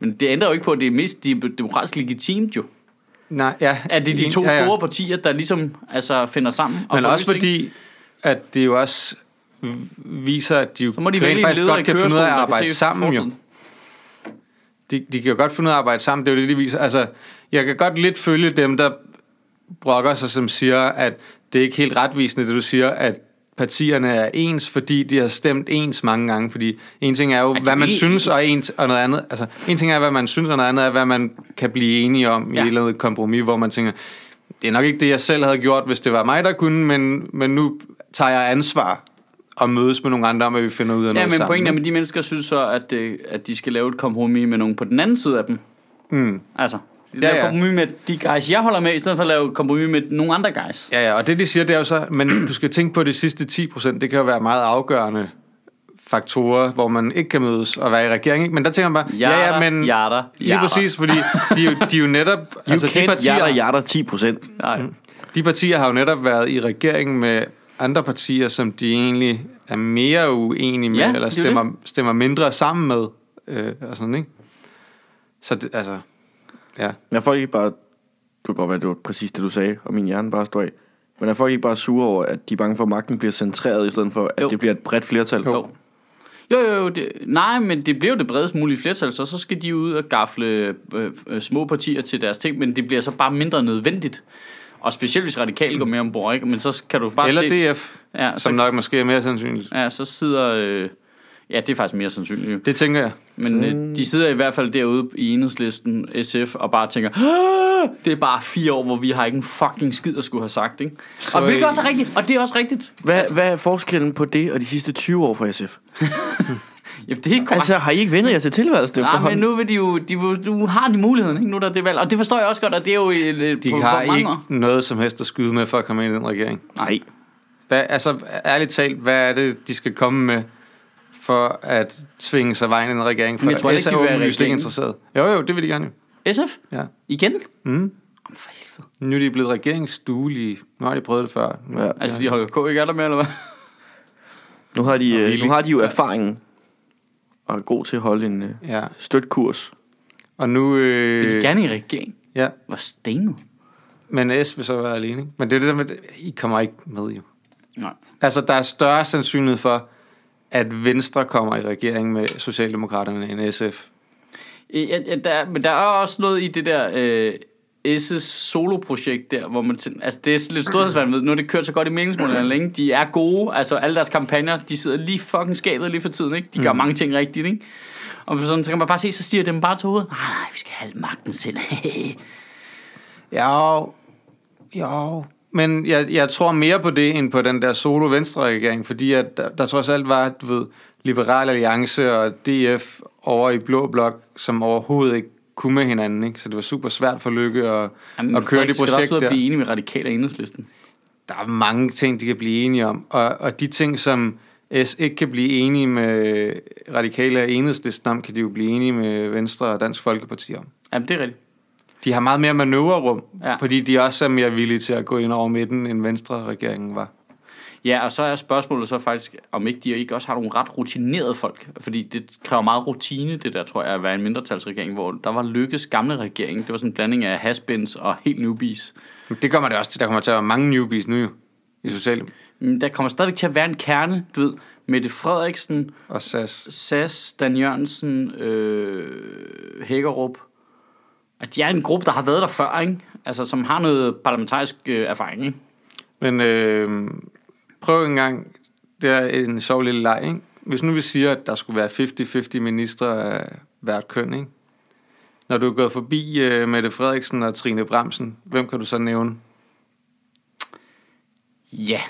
S1: Men det ændrer jo ikke på, at det er mest de- demokratisk legitimt jo.
S2: Nej, ja.
S1: At det er de to
S2: ja, ja.
S1: store partier, der ligesom altså, finder sammen. og
S2: Men
S1: får
S2: også
S1: løsning.
S2: fordi, at det jo også v- viser, at de jo
S1: Så må de
S2: rent
S1: vælge en
S2: faktisk
S1: leder
S2: godt
S1: i
S2: kan finde
S1: kørestolen,
S2: ud af at
S1: der kan
S2: arbejde
S1: se
S2: sammen jo.
S1: fortiden.
S2: De, de kan jo godt finde ud af at arbejde sammen, det er jo det, de viser. Altså, jeg kan godt lidt følge dem, der brokker sig, som siger, at det er ikke helt retvisende, det du siger, at partierne er ens, fordi de har stemt ens mange gange, fordi en ting er jo,
S1: de
S2: hvad man
S1: ens?
S2: synes, og, ens, og noget andet, altså en ting er, hvad man synes, og noget andet er, hvad man kan blive enige om ja. i
S1: Ja.
S2: et eller andet kompromis, hvor man tænker, det er nok ikke det, jeg selv havde gjort, hvis det var mig, der kunne, men, men nu tager jeg ansvar og mødes med nogle andre om, at vi finder ud af
S1: Ja,
S2: noget
S1: men
S2: sammen.
S1: pointen er, at de mennesker synes så, at, øh, at de skal lave et kompromis med nogen på den anden side af dem.
S2: Mm.
S1: Altså, de
S2: Ja,
S1: ja, laver
S2: ja.
S1: ja. kompromis med de guys, jeg holder med, i stedet for at lave et kompromis med nogle andre guys.
S2: Ja, ja, og det de siger, det er jo så, men du skal tænke på de sidste 10 procent, det kan jo være meget afgørende faktorer, hvor man ikke kan mødes og være i regering, ikke? Men der tænker man bare, ja, ja, men
S1: Jatter,
S2: lige præcis, fordi de, er jo- de er jo netop,
S3: you altså,
S2: de
S3: can't
S2: partier,
S3: yatter yatter 10 procent.
S1: Nej.
S2: Mm, de partier har jo netop været i regering med andre partier, som de egentlig er mere uenige med,
S1: Ja,
S2: eller
S1: det er jo
S2: stemmer, stemmer mindre sammen med, øh, og sådan, ikke? Så det, altså, ja.
S3: Er folk ikke bare... Det kan godt være, det var præcis det, du sagde, og min hjerne bare står af. Men er folk ikke bare sure over, at de er bange for, at magten bliver centreret, i stedet for, at
S1: Jo.
S3: jo. det bliver et bredt flertal?
S1: Jo. Jo, jo, jo det, nej, men det bliver jo det bredest mulige flertal, så, så skal de ud og gafle øh, øh, små partier til deres ting, men det bliver så bare mindre nødvendigt. Og specielt hvis radikale går med ombord, ikke? Men så kan du bare se...
S2: Eller DF,
S1: ja,
S2: som
S1: så,
S2: nok måske er mere sandsynligt.
S1: ja, så sidder... Øh, ja, det er faktisk mere sandsynligt, jo.
S2: Det tænker jeg.
S1: Men øh, de sidder i hvert fald derude i enhedslisten, SF, og bare tænker, "Ah, det er bare fire år, hvor vi har ikke en fucking skid at skulle have sagt, ikke? og hvilket
S2: øh,
S1: også er rigtigt, og det er også rigtigt.
S3: Hvad, altså, hvad er forskellen på det og de sidste 20 år for SF?
S1: Ja, det er ikke korrekt.
S3: Altså, har I ikke vendt jer til
S1: Nej,
S3: tilværelsen
S1: men
S3: efterhånden?
S1: nu, vil de jo, de, vil- nu har de muligheden, ikke? Nu er der er det valg, og det forstår jeg også godt, og det er jo de
S2: De
S1: på,
S2: har
S1: på mange
S2: ikke
S1: år.
S2: noget som helst at skyde med for at komme ind i den regering.
S3: Nej.
S2: Hvad, altså, ærligt talt, hvad er det, de skal komme med for at tvinge sig vejen i en regering? For
S1: Men jeg tror
S2: S
S1: ikke,
S2: er
S1: de vil være i
S2: åbenlyst ikke
S1: regeringen.
S2: interesseret. Jo, jo, det vil de gerne. jo.
S1: SF?
S2: Ja.
S1: Igen?
S2: Mm.
S1: Jamen, for helvede.
S2: Nu er de blevet regeringsduelige. Nu har de prøvet det før. Nu-
S3: Ja.
S1: Altså, fordi Holger K. ikke er der mere, eller hvad?
S3: Nu har de, øh,
S2: rigeligt.
S3: nu har de jo erfaringen og er god til at holde en øh,
S2: Ja.
S3: stødt kurs.
S2: Og nu... Øh,
S1: De vil gerne i regering.
S2: Ja,
S1: Hvor stenet.
S2: men S vil så være alene. ikke? Men det er det der med, I kommer ikke med jo.
S1: Nej.
S2: Altså, der er større sandsynlighed for, at Venstre kommer i regering med Socialdemokraterne end SF.
S1: Øh, Ja, ja, der, men der er også noget i det der øh, S's soloprojekt der, hvor man tænker, altså det er lidt storhedsvand ved, nu er det kørt så godt i meningsmålene længe, de er gode, altså alle deres kampagner, de sidder lige fucking skabet lige for tiden, ikke? De gør mange ting rigtigt, ikke? Og sådan, så kan man bare se, så stiger dem bare til hovedet. Nej, nej, vi skal have magten selv. (laughs)
S2: Jo, jo. Men jeg, jeg tror mere på det, end på den der solo-venstre-regering, fordi at der, der trods alt var, du ved, Liberal Alliance og DF over i Blå Blok, som overhovedet ikke kunne med hinanden, ikke? Så det var super svært for Lykke at, Jamen, at køre det projekt
S1: der.
S2: der.
S1: at blive enige med radikale og enhedslisten.
S2: Der er mange ting, de kan blive enige om, og, og de ting, som S ikke kan blive enige med radikale og enhedslisten om, kan de jo blive enige med Venstre og Dansk Folkeparti om.
S1: Jamen, det er rigtigt.
S2: De har meget mere manøvrerum,
S1: Ja.
S2: ja. fordi de også er mere villige til at gå ind over midten, end venstre regeringen var.
S1: Ja, og så er spørgsmålet så faktisk, om ikke de ikke også har nogle ret rutinerede folk. Fordi det kræver meget rutine, det der, tror jeg, at være en mindretalsregering, hvor der var Lykkes gamle regering. Det var sådan en blanding af haspins og helt newbies.
S2: Men det kommer det også til. Der kommer til at være mange newbies nu jo, i Socialdemokratiet
S1: Men der kommer stadigvæk til at være en kerne, du ved, Mette Frederiksen,
S2: og SAS.
S1: SAS, Dan Jørgensen, øh, Hækkerup. Altså, de er en gruppe, der har været der før, ikke? Altså, som har noget parlamentarisk øh, erfaring, ikke?
S2: Men øh, prøv engang, det er en sjov lille leg, ikke? Hvis nu vi siger, at der skulle være 50-50 ministre af hvert køn, ikke? Når du er gået forbi øh, Mette Frederiksen og Trine Bremsen, hvem kan du så nævne?
S1: Ja.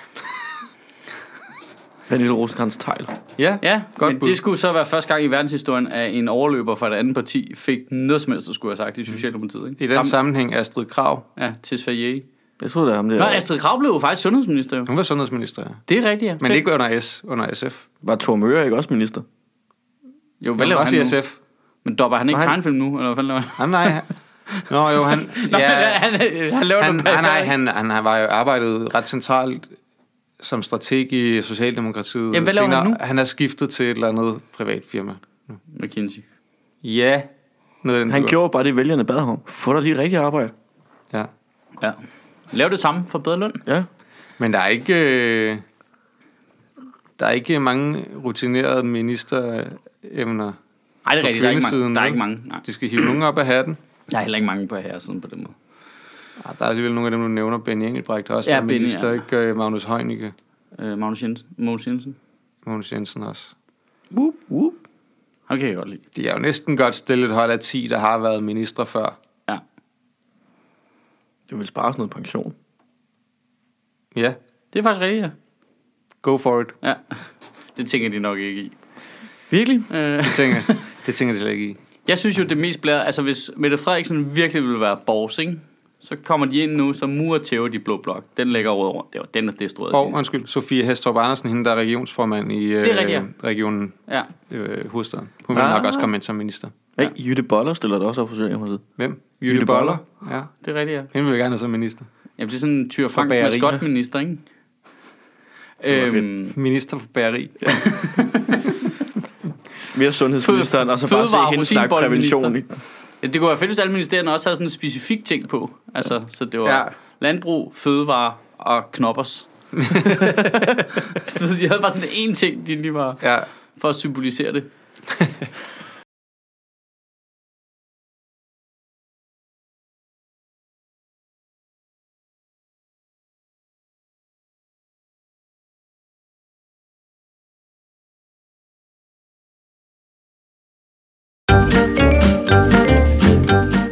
S3: Pernille rosenkrantz tegl
S2: Ja,
S1: Ja,
S2: Godt
S1: Godt men
S2: bud.
S1: det skulle så være første gang i verdenshistorien, at en overløber fra et andet parti fik noget som helst, der skulle have sagt i Socialdemokratiet. Ikke?
S2: i den Sam- sammenhæng Astrid Krav.
S1: Ja, Tis Ferrier.
S3: Jeg troede, det er ham der.
S1: Nå, Astrid Krav blev jo faktisk sundhedsminister. Jo.
S2: Hun var sundhedsminister, ja.
S1: Det er rigtigt, ja.
S2: Men
S1: Fedt.
S2: ikke under S, under SF.
S3: Var Thor Møre ikke også minister?
S1: Jo, hvad
S2: Hvad
S1: laver
S2: laver
S1: han
S2: også
S1: nu?
S2: i SF?
S1: Men dopper han ikke
S3: Nej.
S1: tegnfilm nu, eller hvad fanden laver han?
S2: Jamen, nej. Nå jo, han...
S1: (laughs) Nå,
S2: ja,
S1: han, han laver
S2: han,
S1: noget
S2: nej, nej,
S1: perfekt.
S2: han, han, han var jo arbejdet ret centralt som strateg i Socialdemokratiet.
S1: Jamen, hvad laver han nu?
S2: Han er skiftet til et eller andet privat firma.
S1: McKinsey.
S2: Ja, noget af den
S3: Han
S2: dur.
S3: gjorde bare det, vælgerne bad ham. Få dig lige et rigtigt arbejde.
S2: Ja.
S1: Ja. Lav det samme for bedre løn.
S3: Ja.
S2: Men der er ikke... Øh, der er ikke mange rutinerede ministeremner.
S1: Nej, det er
S2: På
S1: rigtigt. Der er ikke mange.
S2: kvindesiden,
S1: Der er
S2: vel?
S1: ikke mange. Nej.
S2: De skal hive nogen op af hatten.
S1: Der er heller ikke mange på her sådan på den måde.
S2: Ej, Der er alligevel nogle af dem, du nævner. Benny Engelbrecht har også
S1: Ja,
S2: ja, været
S1: Benny,
S2: minister,
S1: ja.
S2: ikke? Øh, Magnus Heunicke,
S1: Øh, Magnus Jensen. Mogens Jensen.
S2: Mogens Jensen også.
S3: Whoop, whoop.
S1: Han kan jeg godt lide.
S2: De er jo næsten godt stillet et hold af 10, der har været ministre før.
S1: Ja.
S3: Det vil spare sådan noget pension.
S2: Ja, yeah.
S1: Det er faktisk rigtigt, ja.
S2: go for it.
S1: ja. Det tænker de nok ikke i.
S3: Virkelig?
S1: Øh.
S2: Det tænker, det tænker de slet ikke i.
S1: Jeg synes jo, det mest blæder, altså hvis Mette Frederiksen virkelig ville være boss, ikke? så kommer de ind nu, så murer Theo de blå blok. Den lægger rød rundt. Det var den, der destruerede.
S2: Og
S1: det.
S2: undskyld, Sofie Hestrup Andersen, hende der er regionsformand i
S1: Det er rigtigt, ja.
S2: regionen
S1: Ja.
S2: øh, hovedstaden. Hun vil
S3: Ah.
S2: nok også komme ind som minister.
S3: Ja. Ikke? Jytte Boller stiller det også op for Socialdemokratiet.
S2: Hvem?
S3: Jytte
S2: Jytte Boller? Ja,
S1: Det er rigtigt, ja.
S2: hende vil vi gerne have som minister.
S1: Jamen, det er sådan en Tyre Frank med
S2: bagerier.
S1: skotminister, ikke?
S3: var fedt.
S1: Øhm,
S2: Minister for bageri. Ja.
S3: Mere sundhedsministeren,
S1: Føde-
S3: og så bare
S1: fødevare-
S3: se hende snakke
S1: rosinboldminister.
S3: prævention. i.
S1: det kunne være fedt, hvis alle ministerierne også havde sådan en specifik ting på. Altså, så det var ja.
S2: Ja.
S1: landbrug, fødevare og (laughs) knoppers. Så de havde bare sådan en ting, de lige var
S2: ja.
S1: for at symbolisere det.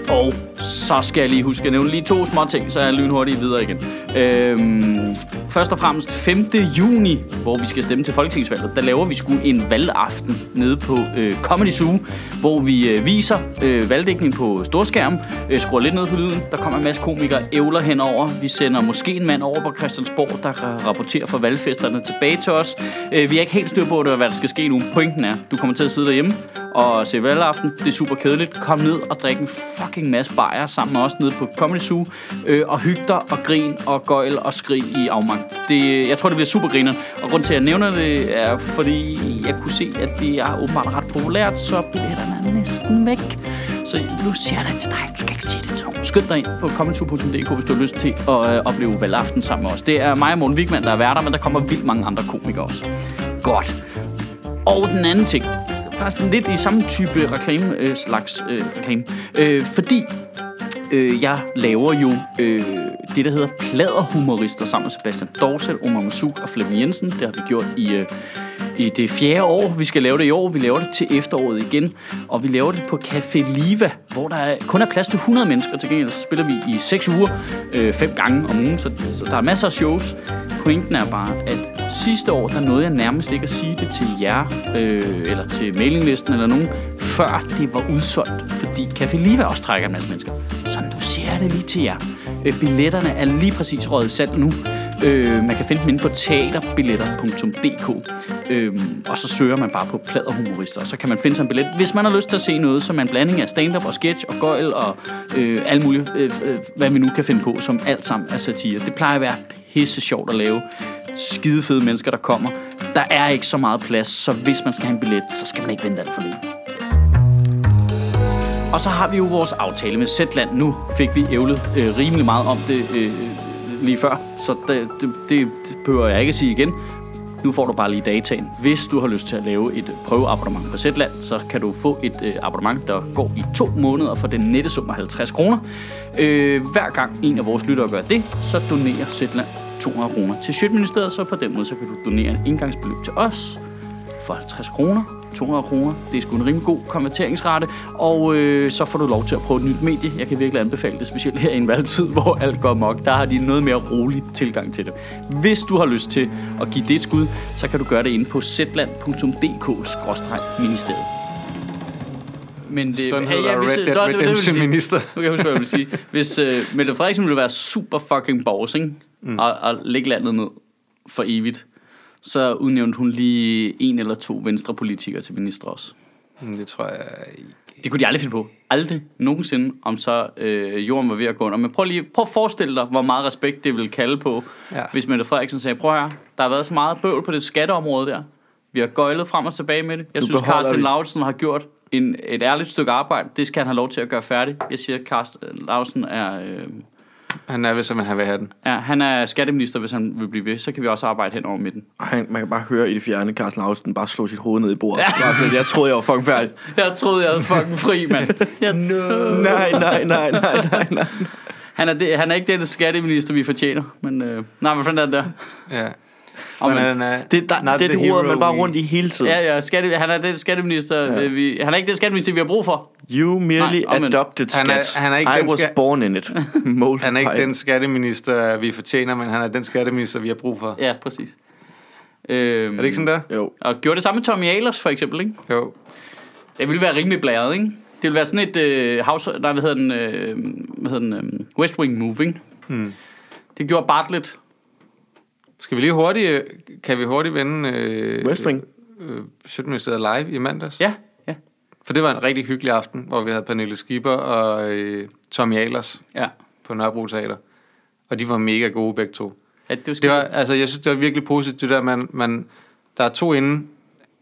S1: Og så skal jeg lige huske at nævne lige to små ting, så er jeg lynhurtigt videre igen. Øhm, først og fremmest 5. juni, hvor vi skal stemme til folketingsvalget, der laver vi sgu en valgaften nede på øh, Comedy Zoo, hvor vi øh, viser øh, valgdækning på storskærm, øh, skruer lidt ned på lyden, der kommer en masse komikere, ævler henover, vi sender måske en mand over på Christiansborg, der ra- rapporterer fra valgfesterne tilbage til os. Øh, vi har ikke helt styr på, hvad der skal ske nu. Pointen er, du kommer til at sidde derhjemme, og se valgaften. Det er super kedeligt. Kom ned og drik en fucking masse bajer sammen med os nede på Comedy Zoo. Øh, og hygge dig og grin og gøjl og skrig i afmagt. Det, jeg tror, det bliver super griner. Og grund til, at jeg nævner det, er fordi jeg kunne se, at det er åbenbart ret populært, så billetterne er næsten væk. Så nu siger jeg dig til dig. Du skal ikke sige det til nogen. Skynd dig ind på comedy2.dk, hvis du har lyst til at øh, opleve valgaften sammen med os. Det er mig og Morten Wigman, der er værter, men der kommer vildt mange andre komikere også. Godt. Og den anden ting, faktisk lidt i samme type reklame, øh, slags øh, reklame, øh, fordi øh, jeg laver jo øh, det, der hedder pladerhumorister sammen med Sebastian Dorset, Omar Masuk og Flemming Jensen. Det har vi gjort i, øh, i det fjerde år. Vi skal lave det i år. Vi laver det til efteråret igen. Og vi laver det på Café Liva, hvor der er, kun er plads til 100 mennesker. Til gengæld så spiller vi i 6 uger, øh, fem gange om ugen. Så, så der er masser af shows. Pointen er bare, at sidste år, der nåede jeg nærmest ikke at sige det til jer, øh, eller til mailinglisten eller nogen, før det var udsolgt, fordi Café Liva også trækker en masse mennesker. Så nu ser jeg det lige til jer. Øh, billetterne er lige præcis røget i salg nu. Øh, man kan finde dem inde på teaterbilletter.dk. Øh, og så søger man bare på pladerhumorister, og så kan man finde sig en billet. Hvis man har lyst til at se noget, som er en blanding af stand-up og sketch og gøjl og øh, alle mulige, øh, øh, hvad vi nu kan finde på, som alt sammen er satire. Det plejer at være pisse sjovt at lave. Skide fede mennesker, der kommer. Der er ikke så meget plads, så hvis man skal have en billet, så skal man ikke vente alt for længe. Og så har vi jo vores aftale med Zetland. Nu fik vi ævlet øh, rimelig meget om det øh, lige før, så det, det, det behøver jeg ikke at sige igen. Nu får du bare lige dataen. Hvis du har lyst til at lave et prøveabonnement på Zetland, så kan du få et øh, abonnement, der går i to måneder for den nette sum af 50 kroner. Øh, hver gang en af vores lyttere gør det, så donerer Zetland 200 kroner til Sjøtministeriet, så på den måde så kan du donere en indgangsbeløb til os for 50 kroner. 200 kroner. Det er sgu en rimelig god konverteringsrate. Og øh, så får du lov til at prøve et nyt medie. Jeg kan virkelig anbefale det, specielt her i en valgtid, (laughs) hvor alt går mok. Der har de en noget mere rolig tilgang til det. Hvis du har lyst til at give det et skud, så kan du gøre det inde på zland.dk-ministeriet. Men det,
S2: Sundhed og
S1: hvis-
S2: Red Dead
S1: Nå, det var det, jeg ville
S2: Redemption
S1: sige.
S2: minister.
S1: (laughs) Nu kan jeg huske, hvad jeg ville sige. Hvis øh, Mette Frederiksen ville være super fucking boss, ikke? Mm. Og, og lægge landet ned for evigt, så udnævnte hun lige en eller to venstre politikere til minister også.
S2: Mm, Det tror jeg ikke.
S1: Det kunne de aldrig finde på. Aldrig nogensinde, om så øh, jorden var ved at gå under. Men prøv, lige, prøv at forestille dig, hvor meget respekt det ville kalde på, ja.
S2: Ja.
S1: hvis Mette Frederiksen sagde, prøv her, der har været så meget bøvl på det skatteområde der. Vi har gøjlet frem og tilbage med det. Jeg
S3: Nu
S1: synes,
S3: beholder
S1: Carsten
S3: vi-
S1: Lauritsen har gjort en, et ærligt stykke arbejde. Det skal han have lov til at gøre færdigt. Jeg siger, at Carsten Lauritsen er, øh,
S2: Han er ved, som han vil have den.
S1: er, han er skatteminister, hvis han vil blive ved. Så kan vi også arbejde hen over midten.
S3: Han, man kan bare høre i det fjerne, Carsten Lausten bare slå sit hoved ned i bordet. Bare sådan, jeg troede, jeg var fucking færdig.
S1: Jeg troede, jeg havde fucking fri, mand.
S3: (laughs)
S1: Jeg, no.
S2: Øh.
S3: Nej, nej, nej, nej, nej, nej.
S1: han, er det, han er ikke den skatteminister, vi fortjener. Men øh, nej, hvad fanden er det der?
S2: Ja.
S1: Og man-
S2: Men han er
S3: Det, der,
S2: not the
S3: det, det roder
S2: hero
S3: man bare
S2: we-
S3: rundt i hele tiden.
S1: Ja, ja, skatte, han er den skatteminister, ja. vi, han er ikke den skatteminister, vi har brug for.
S3: You merely
S1: Nej, omvendt.
S3: adopted
S2: Han er-
S3: skat.
S2: han er ikke
S3: I
S2: den
S3: was
S2: skat-
S3: born in
S2: (laughs)
S3: it. Molded
S2: Han er
S3: by
S2: ikke
S3: it.
S2: den skatteminister, vi fortjener, men han er den skatteminister, vi har brug for.
S1: Ja, præcis. Øhm,
S2: Er det ikke sådan der?
S3: Jo.
S1: Og gjorde det samme med Tommy Ahlers, for eksempel, ikke?
S2: Jo.
S1: Det ville være rimelig blæret, ikke? Det ville være sådan et øh, house, nej, hvad hedder den, øh, hvad hedder den øh, West Wing Moving.
S2: Hmm.
S1: Det gjorde Bartlett.
S2: Skal vi lige hurtigt, øh, kan vi hurtigt vende øh,
S3: West Wing.
S2: øh, Sødministeriet live i mandags?
S1: Ja, ja,
S2: For det var en rigtig hyggelig aften, hvor vi havde Pernille Skipper og øh, Tommy Ahlers
S1: ja.
S2: på Nørrebro Teater. Og de var mega gode begge to.
S1: ja det, var
S2: Det
S1: skidt.
S2: var, altså, jeg synes, det var virkelig positivt, det der, man, man, der er to inde,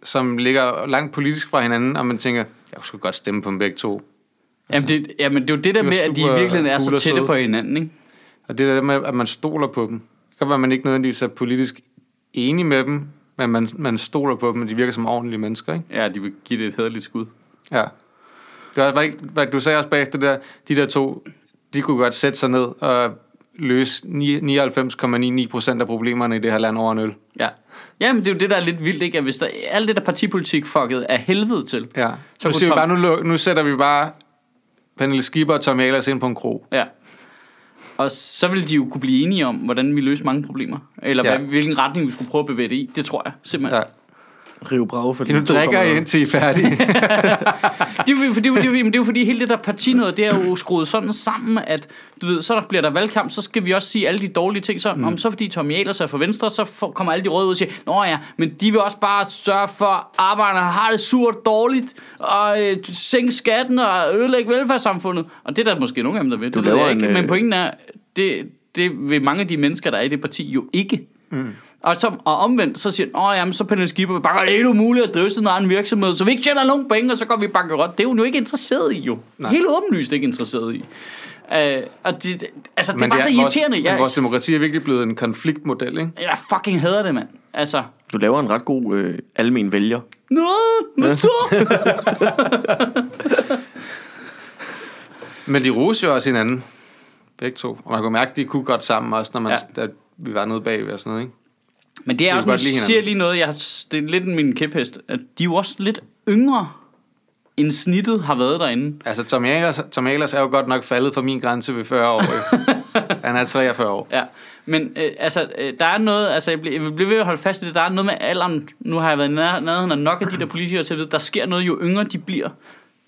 S2: som ligger langt politisk fra hinanden, og man tænker, jeg kunne sgu godt stemme på dem begge to.
S1: jamen, det, jamen, det er jo det der
S2: Det var
S1: med, at de i
S2: super
S1: virkeligheden er
S2: cool
S1: så
S2: og
S1: tætte
S2: søde.
S1: på hinanden, ikke?
S2: Og det der med, at man stoler på dem. Det kan godt være, at man ikke nødvendigvis er politisk enig med dem, men man, man stoler på dem, og de virker som ordentlige mennesker, ikke?
S1: Ja, de vil give det et hederligt skud.
S2: Ja. Det var, var ikke, var, du sagde også bagefter der, de der to, de kunne godt sætte sig ned og løse ni- 99,99 procent af problemerne i det her land over en øl.
S1: Ja. Jamen, det er jo det, der er lidt vildt, ikke? At hvis der, alt det der partipolitik fucket er helvede til.
S2: Ja.
S1: Så
S2: Så
S1: kunne
S2: nu, siger
S1: Tom-
S2: vi bare, nu, luk- nu sætter vi bare Pernille Skipper og Tom Ahlers ind på en krog.
S1: Ja. Og så ville de jo kunne blive enige om, hvordan vi løser mange problemer. Eller
S2: Ja.
S1: ja. hvad, hvilken retning vi skulle prøve at bevæge det i. Det tror jeg simpelthen.
S2: Ja.
S1: Ja.
S3: Rio Bravo for
S2: Nu drikker I indtil I er (laughs) færdige.
S1: Det, er, jo- det, er jo- det, er jo- jamen, det er jo fordi, hele det der parti noget, det er jo skruet sådan sammen, at du ved, så der bliver der valgkamp, så skal vi også sige alle de dårlige ting. Så, mm. om, så fordi Tommy Ahlers er fra Venstre, så får, kommer alle de røde ud og siger, Nå ja, men de vil også bare sørge for, at arbejderne har det surt dårligt, og øh, sænke skatten og ødelægge velfærdssamfundet. Og det er der måske nogle af dem, der vil. det ved
S3: laver
S1: jeg ikke.
S3: en, øh,
S1: Men pointen er, det, det vil mange af de mennesker, der er i det parti, jo ikke. Mm. Og, som, og omvendt, så siger den, åh jamen, så Pernille Skipper vil bare gøre det helt umuligt at drive sådan en anden virksomhed, så vi ikke tjener nogen penge, og så går vi bankerot. Det er hun jo ikke interesseret i, jo. Nej.
S2: Nej.
S1: Helt åbenlyst ikke interesseret i. Øh, og det, det- altså, det er bare så
S2: vores,
S1: irriterende.
S2: men
S1: jeg,
S2: vores demokrati er virkelig blevet en konfliktmodel, ikke?
S1: jeg fucking hader det, mand. Altså,
S3: Du laver en ret god øh, almen vælger.
S2: (laughs)
S1: nå, nu så!
S2: Men de roser jo også hinanden. Begge to. Og man kunne mærke, at de kunne godt sammen også, når man,
S1: Ja.
S2: ja. at vi var nede bagved og sådan noget, ikke?
S1: Men det er
S2: kan
S1: også, nu
S2: godt lide hinanden.
S1: siger jeg lige noget, jeg, har s- det er lidt min kæphest, at de er jo også lidt yngre, end snittet har været derinde.
S2: Altså, Tom Ahlers, Tom Ahlers er jo godt nok faldet fra min grænse ved 40
S1: (laughs)
S2: år. ikke? Han er 43 år.
S1: Ja, men øh, altså, øh, der er noget, altså jeg bliver, jeg bliver ved at holde fast i det, der er noget med alderen, nu har jeg været i nær- nærheden af nok af de der politikere til at vide, der sker noget, jo yngre de bliver.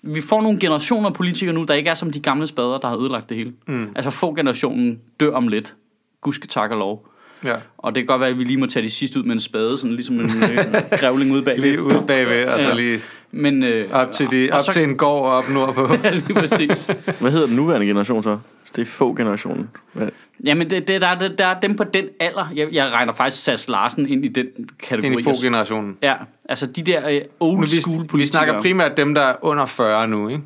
S1: Vi får nogle generationer af politikere nu, der ikke er som de gamle spadere, der har ødelagt det hele. Mm. Altså få generationen dør om lidt. Gudske tak og lov.
S2: Ja.
S1: Og det kan godt være, at vi lige må tage de sidste ud med en spade, sådan ligesom en øh,
S2: (laughs)
S1: grævling ud bag.
S2: Lige ud bagved, og så
S1: Ja.
S2: lige
S1: Men øh,
S2: op til, de,
S1: og
S2: op
S1: så-
S2: til en gård op nordpå.
S1: (laughs) ja, lige præcis.
S3: Hvad hedder den nuværende generation så? Det er få generationen. Hvad?
S1: Jamen, det, det, der, er, der er dem på den alder. Jeg, jeg regner faktisk Sass Larsen ind i den kategori.
S2: Ind i få-generationen.
S1: Ja, altså de der øh, old school
S2: Vi, vi
S1: politikere.
S2: snakker primært dem, der er under 40 nu, ikke?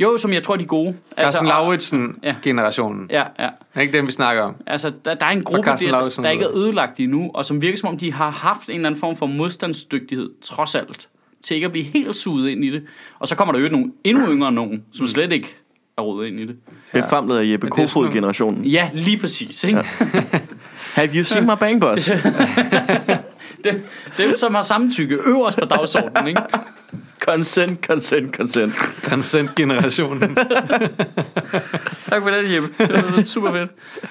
S1: Jo, som jeg tror, de er gode. Altså, og-
S2: Carsten
S1: ja.
S2: Lauritsen-generationen.
S1: Ja, ja.
S2: Ja. Ikke dem, vi snakker om.
S1: Altså, der, der er en gruppe,
S2: Carsten
S1: der, der,
S2: Lauritsen,
S1: der ikke er
S2: eller
S1: ødelagt endnu, og som virker som om, de har haft en eller anden form for modstandsdygtighed, trods alt, til ikke at blive helt suget ind i det. Og så kommer der jo nogle endnu yngre nogen,
S2: Mm.
S1: som slet ikke er rodet ind i det.
S3: Befamlet af Jeppe
S2: Men det er sådan
S3: Kofod
S2: nogle-
S3: generationen.
S1: Ja, lige præcis. Ikke? Ja.
S3: Have you seen my
S1: (laughs)
S3: bang boss?
S1: Dem, dem, som har samtykke øverst på dagsordenen. Ikke?
S3: Consent, consent, consent.
S2: Consent-generationen.
S1: Tak for det, Jeppe. Det var super fedt.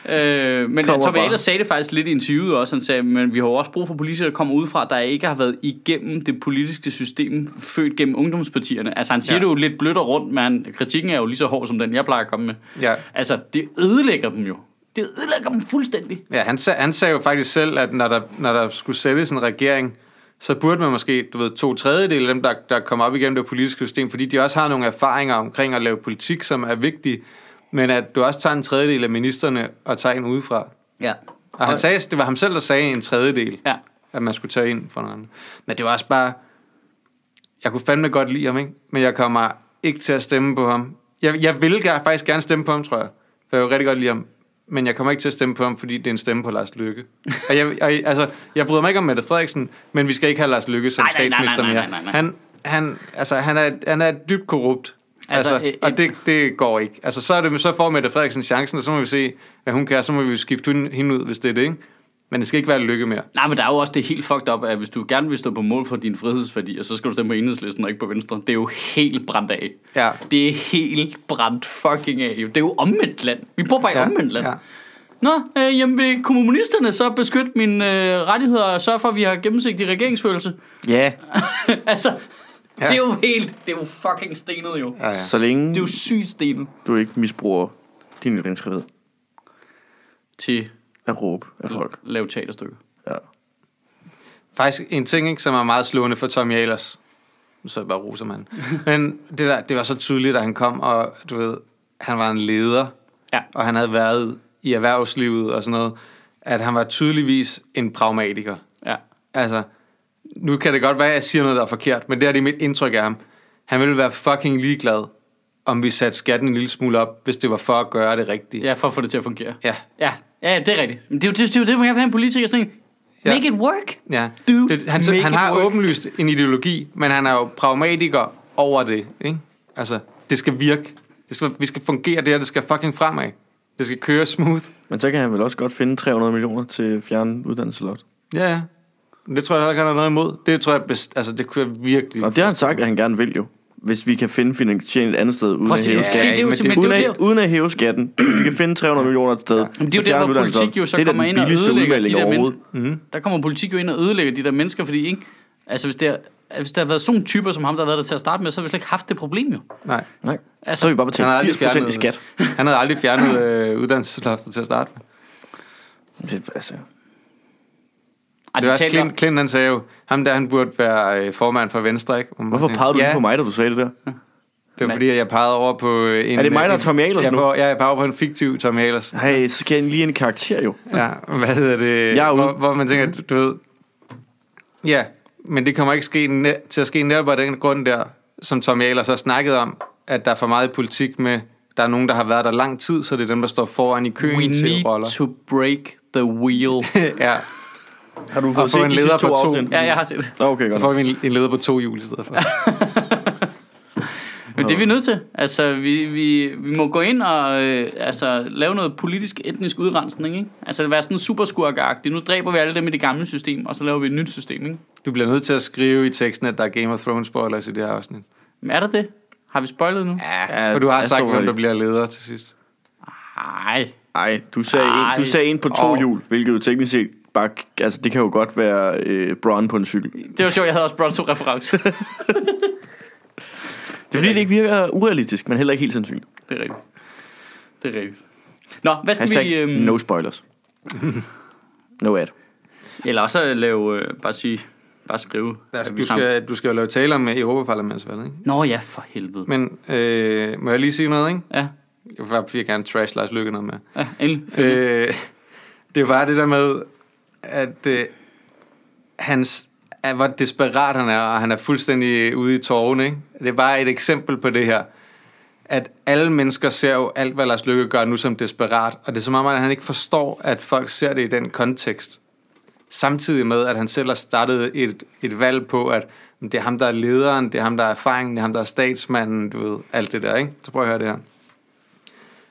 S1: Øh, men
S3: Kommer
S1: kommer Tommy
S3: bare.
S1: Ahlers sagde det faktisk lidt i interviewet også. Han sagde, men vi har jo også brug for politikere, der kommer udefra, der ikke har været igennem det politiske system, født gennem ungdomspartierne. Altså han siger
S2: Ja.
S1: ja. det jo lidt blødt og rundt, men han- kritikken er jo lige så hård som den, jeg plejer at komme med.
S2: ja.
S1: Altså, det ødelægger dem jo. Det ødelægger dem fuldstændig.
S2: ja han, sag, han sagde jo faktisk selv, at når der, når der skulle sættes en regering, så burde man måske, du ved, to tredjedele af dem, der, der kommer op igennem det politiske system, fordi de også har nogle erfaringer omkring at lave politik, som er vigtige, men at du også tager en tredjedel af ministerne og tager en udefra.
S1: Ja.
S2: Og han sagde, det var ham selv, der sagde en tredjedel.
S1: Ja.
S2: at man skulle tage ind for nogle andre. Men det var også bare, jeg kunne fandme godt lide ham, ikke? men jeg kommer ikke til at stemme på ham. Jeg, jeg vil gerne, faktisk gerne stemme på ham, tror jeg, for jeg vil rigtig godt lide ham. Men jeg kommer ikke til at stemme på ham, fordi det er en stemme på
S1: (laughs)
S2: Lars Lykke. Og jeg, og, altså, jeg bryder mig ikke om Mette Frederiksen, men vi skal ikke have Lars Lykke som
S1: Nej, nej, nej, nej,
S2: statsminister
S1: nej,
S2: mere.
S1: nej, nej, nej.
S2: Han, han, altså, han, er, han er dybt korrupt. Altså,
S1: Altså,
S2: altså,
S1: øh,
S2: og
S1: øh,
S2: det, det går ikke. Altså, så, er det, så får Mette Frederiksen chancen, og så må vi se, hvad hun kan, så må vi jo skifte hun- hende ud, hvis det er det, ikke? Men det skal ikke være lykke mere.
S1: Nej, men der er jo også det helt fucked up, at hvis du gerne vil stå på mål for dine frihedsværdier, så skal du stemme på enhedslisten og ikke på venstre. Det er jo helt brændt af.
S2: Ja.
S1: Det er helt brændt fucking af. jo. Det er jo omvendt land. Vi bor bare i
S2: Ja,
S1: ja, omvendt land.
S2: ja.
S1: Ja. Nå, øh, jamen vil kommunisterne så beskytte mine øh, rettigheder og sørge for, at vi har gennemsigtig regeringsfølelse?
S3: Ja,
S1: (laughs) altså,
S2: Ja.
S1: ja. det er jo helt, det er jo fucking stenet jo. Ja.
S2: Ja, ja.
S3: så længe
S1: Det er jo sygt stenet
S3: du ikke misbruger din ytringsfrihed
S1: til
S3: at råbe af folk.
S1: at lave teaterstykker.
S3: Ja.
S2: Faktisk en ting, ikke, som er meget slående for Tommy Ahlers. Nu så jeg bare roser mand. Men det, der, det var så tydeligt, at han kom, og du ved, han var en leder,
S1: Ja.
S2: og han havde været i erhvervslivet og sådan noget, at han var tydeligvis en pragmatiker.
S1: Ja.
S2: Altså, nu kan det godt være, at jeg siger noget, der er forkert, men det er det mit indtryk af ham. Han ville være fucking ligeglad, om vi satte skatten en lille smule op, hvis det var for at gøre det rigtigt.
S1: ja, for at få det til at fungere.
S2: Ja.
S1: Ja, ja det er rigtigt. Men det er jo det, det, er jo det man kan have en politiker sådan en,
S2: Ja.
S1: make it work.
S2: Ja.
S1: Do
S2: det, han, så,
S1: make
S2: han
S1: it
S2: har
S1: work.
S2: åbenlyst en ideologi, men han er jo pragmatiker over det, ikke? Altså, det skal virke. Det skal, vi skal fungere det her, det skal fucking fremad. Det skal køre smooth.
S3: Men så kan han vel også godt finde 300 millioner til fjerne uddannelseslot.
S2: Ja, ja. Det tror jeg heller ikke, han har noget imod. Det tror jeg, best, altså, det kunne jeg virkelig...
S3: Og det har han sagt, at han gerne vil jo. Hvis vi kan finde finansiering et andet sted, uden
S1: Prøv
S3: at
S1: at se,
S3: hæve
S1: se, det er
S3: skatten.
S1: jo
S2: men
S1: simpelthen,
S2: det-
S1: det
S3: Uden
S1: er jo
S3: at, uden at hæve skatten. Hvis vi kan finde 300 millioner et sted.
S1: Men det er jo
S3: så
S1: der,
S3: fjerne
S1: hvor
S3: uddannelsesloftet.
S1: politik jo så
S3: altså. Det er da
S1: kommer
S3: den
S1: ind og
S3: billigste
S1: ødelægger de
S3: udmelding
S1: der
S3: overhovedet. Mhm.
S1: mennesker. Mm. Der kommer politik jo ind og ødelægger de der mennesker, fordi ikke... Altså, hvis der, hvis der har været sådan nogle typer som ham, der har været der til at starte med, så har vi slet ikke haft det problem jo.
S2: Nej.
S3: Nej.
S1: Altså,
S3: Så har vi bare
S2: Han har
S3: betalt
S2: aldrig
S3: 80% i
S2: fjernet,
S3: skat.
S2: han havde aldrig fjernet øh, uddannelsesloftet til at starte med.
S3: Det, altså,
S1: Ej,
S2: Det var
S1: de
S2: også
S1: taler,
S2: Clinton, Clinton, han sagde jo, ham der, han burde være øh, formand for Venstre, ikke? Hvor man
S3: hvorfor
S2: tænker,
S3: pegede du
S2: ja,
S3: ja. på mig, da du sagde det der?
S2: det var fordi, at jeg pegede over på øh, en...
S3: Er det mig, der er
S2: øh,
S3: Tommy Ahlers
S2: jeg,
S3: nu?
S2: på- Ja, jeg pegede over på en fiktiv Tommy Ahlers.
S3: Hey, så skal jeg lige en karakter jo.
S2: Ja, hvad hedder det?
S3: Jeg er ude.
S2: hvor, hvor man tænker, du, du ved... Ja, men det kommer ikke ske ne- til at ske netop af den grund der, som Tom Ahlers har snakket om, at der er for meget i politik med, der er nogen, der har været der lang tid, så det er dem, der står foran i køen
S1: we
S2: til
S1: need
S2: roller.
S1: to break the
S3: (laughs)
S1: wheel.
S2: (laughs) ja,
S3: Har du
S2: Og
S3: fået
S2: få
S3: set
S2: en
S3: de
S2: leder
S3: sidste to
S2: på to.
S3: afsnit?
S1: ja, jeg har set det.
S3: Nå, Okay,
S2: så
S3: godt.
S2: får vi en, en leder på to hjul i stedet for.
S1: Men det er vi nødt til. Altså, vi, vi, vi må gå ind og øh, altså, lave noget politisk etnisk udrensning, ikke? Altså, det være sådan super skurkagtigt. Nu dræber vi alle dem i det gamle system, og så laver vi et nyt system, ikke?
S2: Du bliver nødt til at skrive i teksten, at der er Game of Thrones spoilers i det her afsnit.
S1: Men er der det? Har vi spoilet nu?
S2: Ja, og du har
S3: jeg
S2: sagt,
S3: står
S2: hvem
S3: ved
S2: der
S3: det.
S2: bliver leder til sidst.
S1: Nej.
S3: Nej, du sagde, en, du
S1: Ej.
S3: sagde en på to
S2: Åh.
S3: hjul, hvilket jo teknisk set bare... Altså, det kan jo godt være øh, Bron på en cykel. Det
S1: Det var sjovt, jeg havde også
S3: (laughs)
S1: Bronzo-reference.
S3: er fordi, det ikke virker urealistisk, men heller ikke helt sandsynligt.
S1: Det er rigtigt. Det er rigtigt. Nå, hvad skal øhm,
S2: (laughs)
S3: Hashtag
S1: vi... Øhm,
S3: no spoilers. No ad.
S1: Eller også lave, øh, bare sige, bare skrive.
S2: Altså,
S1: at
S2: du,
S1: sammen-
S2: skal, du skal jo lave taler med Europaparlamentsvalget, ikke?
S1: Nå ja, for helvede.
S2: Men øh, må jeg lige sige noget, ikke?
S1: Ja,
S2: Jeg vil faktisk gerne trash Lars Lykke noget med.
S1: ja endelig. Øh.
S2: Øh, det var det der med, at øh, hans, at hvor desperat han er, og han er fuldstændig ude i tårven, ikke? Det er bare et eksempel på det her, at alle mennesker ser jo alt, hvad Lars Lykke gør nu som desperat, og det er som om, at han ikke forstår, at folk ser det i den kontekst. Samtidig med, at han selv har startet et, et valg på, at det er ham, der er lederen, det er ham, der er erfaringen, det er ham, der er statsmanden, du ved, alt det der, ikke? Så prøv at høre det her.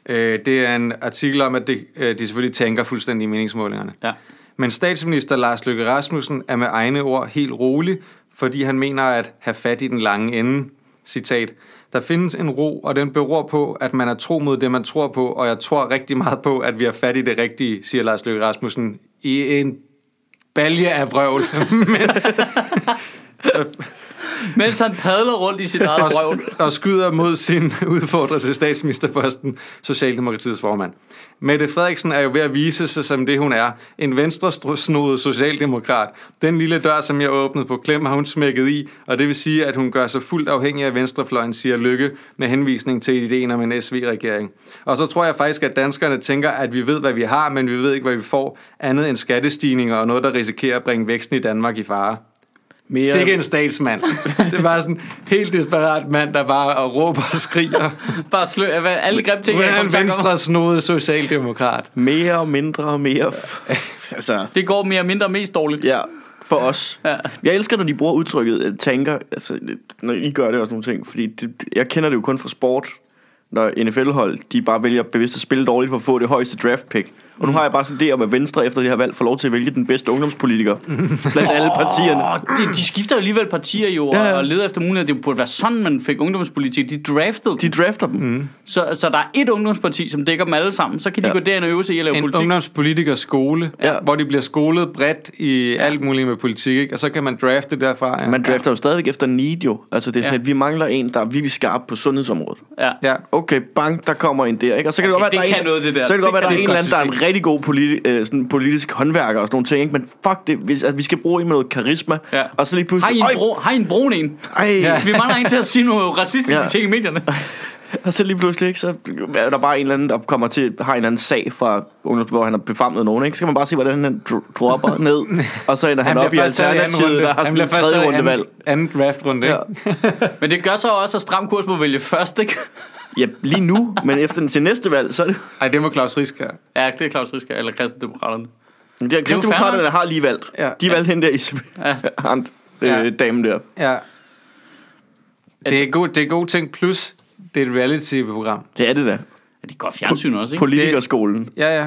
S2: Øh, det er en artikel om, at det, øh, de selvfølgelig tænker fuldstændig i meningsmålingerne.
S1: Ja.
S2: Men statsminister Lars Løkke Rasmussen er med egne ord helt rolig, fordi han mener at have fat i den lange ende. Citat. Der findes en ro, og den beror på, at man er tro mod det, man tror på, og jeg tror rigtig meget på, at vi har fat i det rigtige, siger Lars Løkke Rasmussen i en balje af vrøvl. (laughs)
S1: Mens han padler rundt i sit eget
S2: (laughs) og,
S1: brøvl.
S2: og skyder mod sin (laughs) udfordrer til statsministerposten, Socialdemokratiets formand. Mette Frederiksen er jo ved at vise sig som det, hun er. En venstresnodet socialdemokrat. Den lille dør, som jeg åbnede på klem, har hun smækket i, og det vil sige, at hun gør sig fuldt afhængig af venstrefløjen, siger Lykke, med henvisning til ideen om en SV-regering. Og så tror jeg faktisk, at danskerne tænker, at vi ved, hvad vi har, men vi ved ikke, hvad vi får, andet end skattestigninger og noget, der risikerer at bringe væksten i Danmark i fare.
S3: Mere,
S2: Sikke en statsmand. (laughs) Det var sådan en helt desperat mand, der bare råber og skriger.
S1: Bare slø, hvad, alle grimme ting,
S2: Nu
S1: jeg
S2: er
S1: kan komme
S2: en
S1: i tanke om.
S2: venstre snodet socialdemokrat.
S3: mere og mindre og mere...
S2: (laughs)
S3: f- altså,
S1: Det går mere og mindre mest dårligt.
S3: ja, for os.
S1: Ja.
S3: Jeg elsker, når de bruger udtrykket øh, tanker. Altså, det- når I gør det også nogle ting. Fordi det, det- jeg kender det jo kun fra sport. Når NFL-hold, de bare vælger bevidst at spille dårligt for at få det højeste draft pick. Og nu har jeg bare sådan det om, at Venstre efter det her valg får lov til at vælge den bedste ungdomspolitiker blandt alle partierne.
S1: Åh, de, de skifter jo alligevel partier jo,
S3: Ja, ja.
S1: og leder efter muligheder. Det burde være sådan, man fik ungdomspolitik. De draftede
S3: De
S1: de...
S3: drafter dem. Mm.
S1: Så, så der er et ungdomsparti, som dækker dem alle sammen. Så kan de
S3: Ja.
S1: gå derind og øve sig i at lave
S2: En
S1: politik.
S2: ungdomspolitikers skole,
S3: Ja.
S2: ja. hvor de bliver skolet bredt i alt muligt med politik, ikke? og så kan man drafte derfra. Ja.
S3: Man drafter jo stadigvæk efter need jo. Altså det er sådan,
S2: Ja.
S3: at vi mangler en, der er virkelig skarp på sundhedsområdet.
S1: Ja.
S2: Ja.
S3: Okay, bang, der kommer en der, ikke? Og så kan det
S1: Okay,
S3: godt være,
S1: det
S3: at der er
S1: kan
S3: en,
S1: noget, det der.
S3: Så kan det,
S1: Det
S3: godt være,
S1: kan
S3: der er
S1: det
S3: en eller anden, der er en rigtig god politi- øh, sådan politisk håndværker og sådan nogle ting, ikke? Men fuck det, hvis, at vi skal bruge en med noget karisma,
S1: Ja.
S3: og så lige
S1: Har I
S3: pludselig...
S1: en, bro, har I en brun en?
S3: ej,
S2: Ja.
S1: Vi mangler en til at sige nogle racistiske
S3: Ja.
S1: ja. ting i medierne.
S3: (laughs) og så lige pludselig, ikke? Så er der bare en eller anden, der kommer til, har en eller anden sag fra ungdoms, hvor han har befamlet nogen, ikke? Så kan man bare se, hvordan han dro- dropper ned, og så ender han, op i
S2: først taget i anden
S3: alternativet, der har
S2: Han
S3: sådan
S2: bliver
S3: en
S2: først
S3: tredje
S2: taget i
S3: runde valg.
S2: anden, anden draftrunde.
S3: Ja.
S2: Ja.
S1: Men det gør så også, at stram kurs må vælge først, ikke?
S3: ja, lige nu, men efter den til næste valg, så er det...
S2: Ej, det må Claus Risk gøre.
S1: Ja, det er Claus Riske, eller Kristendemokraterne.
S3: Men Det er
S1: fair
S3: kristdemokraterne, der
S1: nok.
S3: har lige valgt.
S2: Ja.
S3: De valgte hende der, Isabel. (laughs)
S1: Ja.
S3: Hunt,
S2: Ja.
S3: øh, damen der.
S2: Ja. Det er god, det er god ting, plus det er et reality-program.
S3: Det er det da.
S1: Ja, de går fjernsyn også, ikke?
S3: Politikerskolen.
S2: Ja, ja.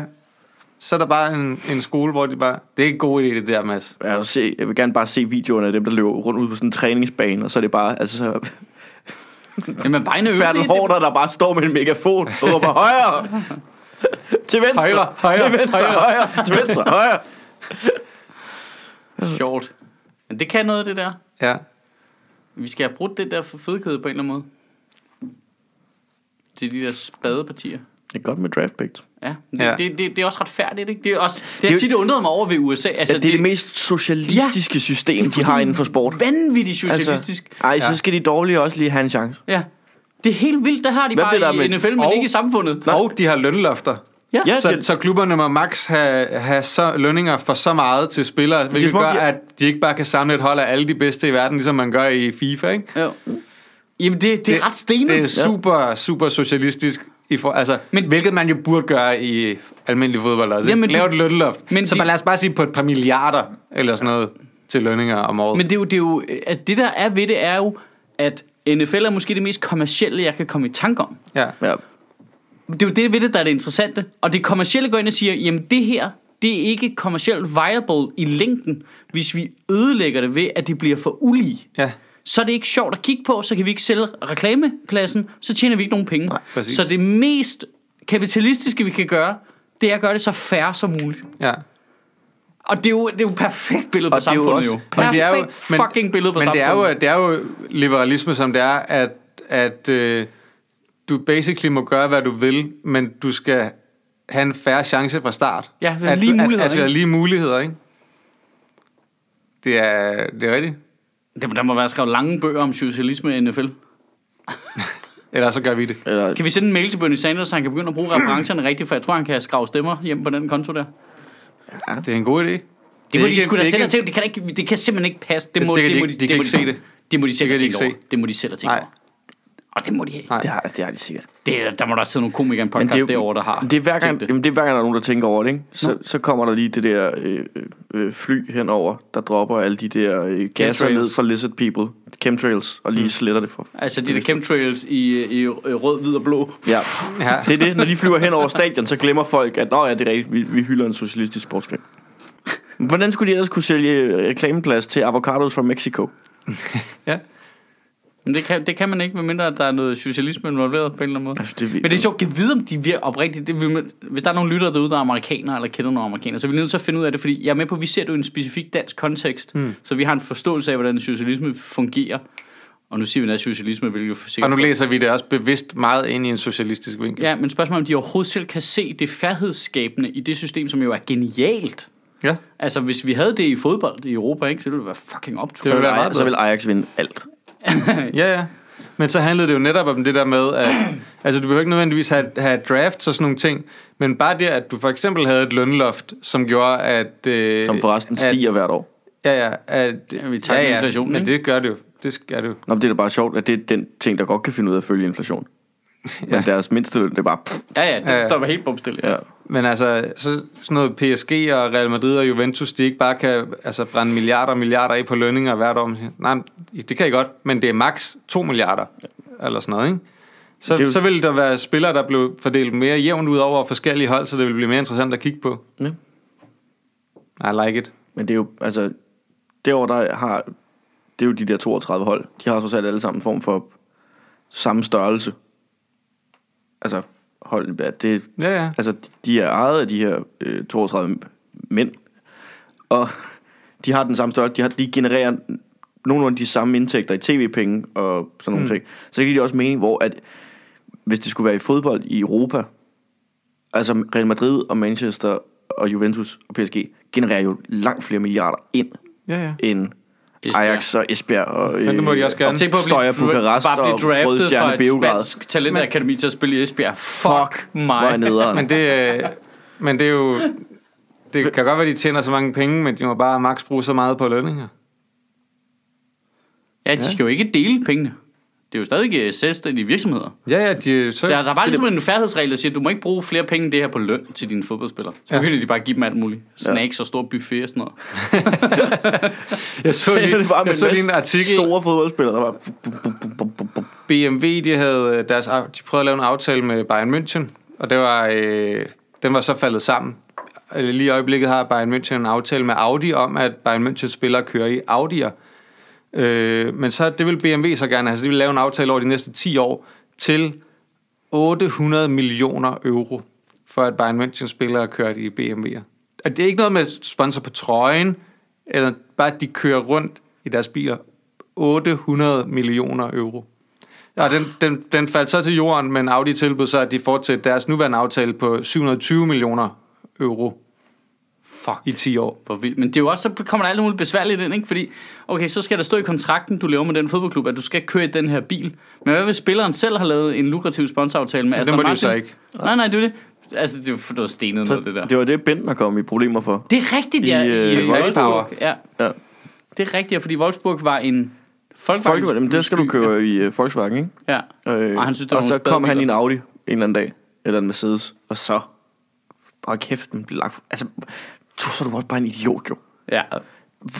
S2: Så er der bare en, en skole, hvor de bare... Det er en god idé, det der, Mads.
S3: Jeg vil, se, jeg vil gerne bare se videoerne af dem, der løber rundt ud på sådan en træningsbane, og så er det bare, altså så
S1: Jamen, bare en øvelse. i
S3: Bertel
S1: det.
S3: Hårder, der bare står med en megafon og råber højre! Til venstre!
S2: Højre, højre,
S3: til venstre, højre!
S2: højre."
S3: højre til venstre, højre!
S1: Sjovt. Men det kan noget, det der.
S2: Ja.
S1: Vi skal have brudt det der for fedkæde på en eller anden måde. Til de der spadepartier.
S3: Det er godt med draft picks.
S1: Ja, det,
S2: Ja.
S1: ja. Det, det, det, er også retfærdigt, ikke? Det er også, det
S3: er jo-
S1: har tit undret mig over ved USA. Altså,
S3: Ja, det er det mest socialistiske system, de har inden for sport.
S1: vanvittigt socialistisk. Altså,
S3: Altså, ej, så
S2: Ja.
S3: skal de dårlige også lige have en chance.
S1: ja. Det er helt vildt, det har de
S3: Hvad
S1: bare
S3: blev der
S1: i
S3: med-
S1: NFL, men
S2: Og-
S1: ikke i samfundet.
S2: Og de har lønlofter.
S3: Ja,
S2: Så,
S3: det,
S2: så klubberne må max have, have så, lønninger for så meget til spillere, hvilket
S3: som om,
S2: gør,
S3: de-
S2: at de ikke bare kan samle et hold af alle de bedste i verden, ligesom man gør i FIFA. Ikke?
S1: Jo. Jamen, det, det, det er ret stenet.
S2: Det er super, super socialistisk, i for, altså, men,
S1: Men-
S2: hvilket man jo burde gøre i almindelig fodbold også. Jamen,
S1: Jamen,
S2: Lave
S1: du-
S2: et lønloft. Men
S1: men
S2: så
S1: de-
S2: man, lad os bare sige på et par milliarder eller sådan noget til lønninger om året.
S1: Men det er jo, det, er jo altså, det der er ved det, er jo, at NFL er måske det mest kommercielle, jeg kan komme i tanke om.
S2: ja.
S3: ja.
S1: Det er jo det ved det, der er det interessante. Og det kommercielle går ind og siger, jamen det her, det er ikke kommercielt viable i længden, hvis vi ødelægger det ved, at det bliver for ulige.
S2: ja.
S1: Så er det ikke sjovt at kigge på, så kan vi ikke sælge reklamepladsen, så tjener vi ikke nogen penge. Nej,
S2: præcis.
S1: så det mest kapitalistiske, vi kan gøre, det er at gøre det så færre som muligt.
S2: Ja.
S1: Og det er jo, det er jo et perfekt billede på
S3: Og det er jo
S1: samfundet jo.
S3: også-
S1: jo.
S2: Men det er jo,
S1: Perfekt fucking billede på
S2: men det
S1: samfundet.
S2: er, jo, det er jo liberalisme, som det er, at, at øh, du basically må gøre, hvad du vil, men du skal have en færre chance fra start.
S1: Ja, lige muligheder,
S2: At, at, at,
S1: ikke?
S2: at lige muligheder, ikke? Det er, det er rigtigt.
S1: Der, der må være skrevet lange bøger om socialisme i NFL.
S2: Eller så gør vi det.
S3: Eller,
S1: Kan vi sende en mail til Bernie Sanders, så han kan begynde at bruge referencerne rigtigt, for jeg tror, han kan skrave stemmer hjem på den konto der. Det,
S2: Det er en god idé. Det,
S1: det må de sgu da selv
S2: ikke,
S1: have tænkt. Det kan, da ikke, det kan simpelthen ikke passe. Det må
S2: Det kan de
S1: må
S2: ikke- de kan
S1: må
S2: ikke se det.
S1: Det må de selv have
S2: kan de
S1: tænkt
S2: ikke
S1: over. Det må de selv have tænkt
S2: Nej.
S1: over. Og det må de ikke.
S2: Nej.
S3: det, har, det har de sikkert.
S1: Det, er- der må der sidde nogle komikere i en
S3: Men
S1: podcast
S3: det er jo-
S1: derovre, der har
S3: Det er, hver gang,
S1: tænkt det.
S3: jamen, det er hver gang, der er nogen, der tænker over det, ikke? Så, så kommer der lige det der øh, øh, fly henover, der dropper alle de der øh, gasser
S2: Chemtrails.
S3: ned fra lizard people, chemtrails, og lige sletter det for...
S1: Altså de der chemtrails i, i, i rød, hvid og blå.
S3: Ja,
S1: (laughs)
S2: Ja.
S3: det er det. Når de flyver hen over stadion, så glemmer folk, at Nå, ja, det er rigtigt, vi, vi hylder en socialistisk sportsgren. Men Hvordan skulle de ellers kunne sælge øh, reklameplads til avocados fra Mexico? Altså,
S1: Ja. Men det kan, det kan man ikke, medmindre at der er noget socialisme involveret på en eller anden måde.
S3: Altså, det er vildt.
S1: Men det er sjovt, kan vide, om de virker oprigtigt. Det, vil- hvis der er nogle lyttere derude, der er amerikanere eller kender nogle amerikanere, så er vi nødt til at finde ud af det, fordi jeg er med på, at vi ser det jo i en specifik dansk kontekst, mm. så vi har en forståelse af, hvordan socialisme fungerer. Og nu siger vi, at socialisme, hvilket jo sikkert...
S2: Og nu læser vi det også bevidst meget ind i en socialistisk vinkel.
S1: Ja, men spørgsmålet er, om de overhovedet selv kan se det færdighedsskabende i det system, som jo er genialt.
S2: ja.
S1: Altså, hvis vi havde det i fodbold i Europa, ikke, så ville det være fucking optur.
S2: Det
S3: så, vil
S1: (laughs)
S2: ville være meget
S3: Ajax, så
S2: bedre.
S3: vil Ajax vinde alt.
S2: Ja, ja. Men så handlede det jo netop om det der med, at (clears throat) altså, du behøver ikke nødvendigvis have, have drafts og sådan nogle ting, men bare det, at du for eksempel havde et lønloft, som gjorde, at... Øh,
S3: Som forresten
S2: at,
S3: stiger hvert år.
S2: Ja, ja. At, ja,
S1: vi tager inflationen,
S2: men
S1: ikke?
S2: det gør det jo. Det gør det jo.
S3: Nå, men det er da bare sjovt, at det er den ting, der godt kan finde ud af at følge inflation. Men deres mindste løn, det er bare... Pff,
S1: Ja, ja, det
S2: Ja, ja.
S1: stopper helt bumstille.
S3: ja.
S2: Men altså, så, sådan noget PSG og Real Madrid og Juventus, de ikke bare kan altså, brænde milliarder og milliarder af på lønninger hvert år. Man siger, Nej, men det kan I godt, men det er maks 2 milliarder, eller sådan noget, ikke? Så,
S3: Det er
S2: jo...
S3: jo-
S2: så ville der være spillere, der blev fordelt mere jævnt ud over forskellige hold, så det ville blive mere interessant at kigge på.
S3: Ja.
S2: I like it.
S3: Men det er jo, altså, det år, der har, det er jo de der 32 hold. De har trods alt alle sammen en form for samme størrelse. Altså, holdene, ja, det,
S2: Ja, ja.
S3: altså, de er ejet af de her øh, 32 mænd, og de har den samme størrelse. De, har, de genererer nogenlunde de samme indtægter i tv-penge og sådan nogle mm. ting. Så giver det også mening, hvor at, hvis det skulle være i fodbold i Europa, altså Real Madrid og Manchester og Juventus og PSG genererer jo langt flere milliarder ind,
S2: ja, ja.
S3: end
S1: Esbjerg.
S3: Esbjerg. Ajax og Esbjerg og
S2: Men det må de også gerne.
S1: Tænk på at blive,
S3: Støjer Bukarest
S1: bare
S3: og
S1: blive
S3: Røde
S1: draftet fra
S3: Stjerne
S1: et
S3: Beograd.
S1: spansk talentakademi til at spille i Esbjerg. Fuck,
S3: Fuck, hvor er
S1: mig.
S2: (laughs)
S3: nederen.
S2: Men det, øh, men det er jo... Det kan godt være, de tjener så mange penge, men de må bare maks bruge så meget på lønninger.
S1: Ja, de skal jo ikke dele pengene. Det er jo stadig øh, selvstændige virksomheder.
S2: Ja, ja, de, så,
S1: Der, der er bare ligesom en færdighedsregel, der siger, at du må ikke bruge flere penge end det her på løn til dine fodboldspillere. Så
S2: Ja.
S1: begynder de bare at give dem alt muligt. Snacks og stor buffet og sådan noget.
S2: jeg så
S3: (laughs) Det er
S2: lige,
S3: bare med
S2: jeg så lige en
S3: næsten
S2: artikel
S3: Store fodboldspillere, der var... Bum, bum, bum, bum, bum, bum.
S2: BMW, de havde øh, deres, af- de prøvede at lave en aftale med Bayern München, og det var, øh, den var så faldet sammen. Øh, Lige i øjeblikket har Bayern München en aftale med Audi om, at Bayern München spillere kører i Audi'er. Øh, men så, det vil BMW så gerne have, så de vil lave en aftale over de næste 10 år til 800 millioner euro, for at Bayern München spillere kører i BMW'er. Og det er ikke noget med sponsor på trøjen, eller bare at de kører rundt i deres biler. 800 millioner euro. Og den, den, den faldt så til jorden, men Audi tilbød så, at de fortsætter deres nuværende aftale på 720 millioner euro
S1: Fuck.
S2: i 10 år.
S1: Hvor vildt. Men det er jo også, så kommer der alt muligt besværligt ind, ikke? Fordi, okay, så skal der stå i kontrakten, du laver med den fodboldklub, at du skal køre i den her bil. Men hvad hvis spilleren selv har lavet en lukrativ sponsoraftale med Aston
S2: må de jo
S1: Martin?
S2: så ikke.
S1: Nej, nej, det er jo det. Altså, det er jo for- det var stenet noget, det der.
S3: Det var det, Bentner kom i problemer for.
S1: Det er rigtigt, ja.
S3: I, øh,
S1: I, i
S2: Wolfsburg.
S1: Wolfsburg. Ja,
S3: Ja.
S1: det er rigtigt, ja, fordi Wolfsburg var en
S3: Folke, jamen, det skal du
S1: by.
S3: køre i uh, Volkswagen, ikke?
S1: Ja.
S3: Øh,
S1: Og han synes, det var
S3: og
S1: nogle
S3: så
S1: spæde
S3: kom han i en
S1: biler.
S3: Audi en eller anden dag, eller en Mercedes, og så... Bare kæft, den blev lagt... For, altså, du, så er du godt bare en idiot, jo.
S1: ja.
S3: Altså,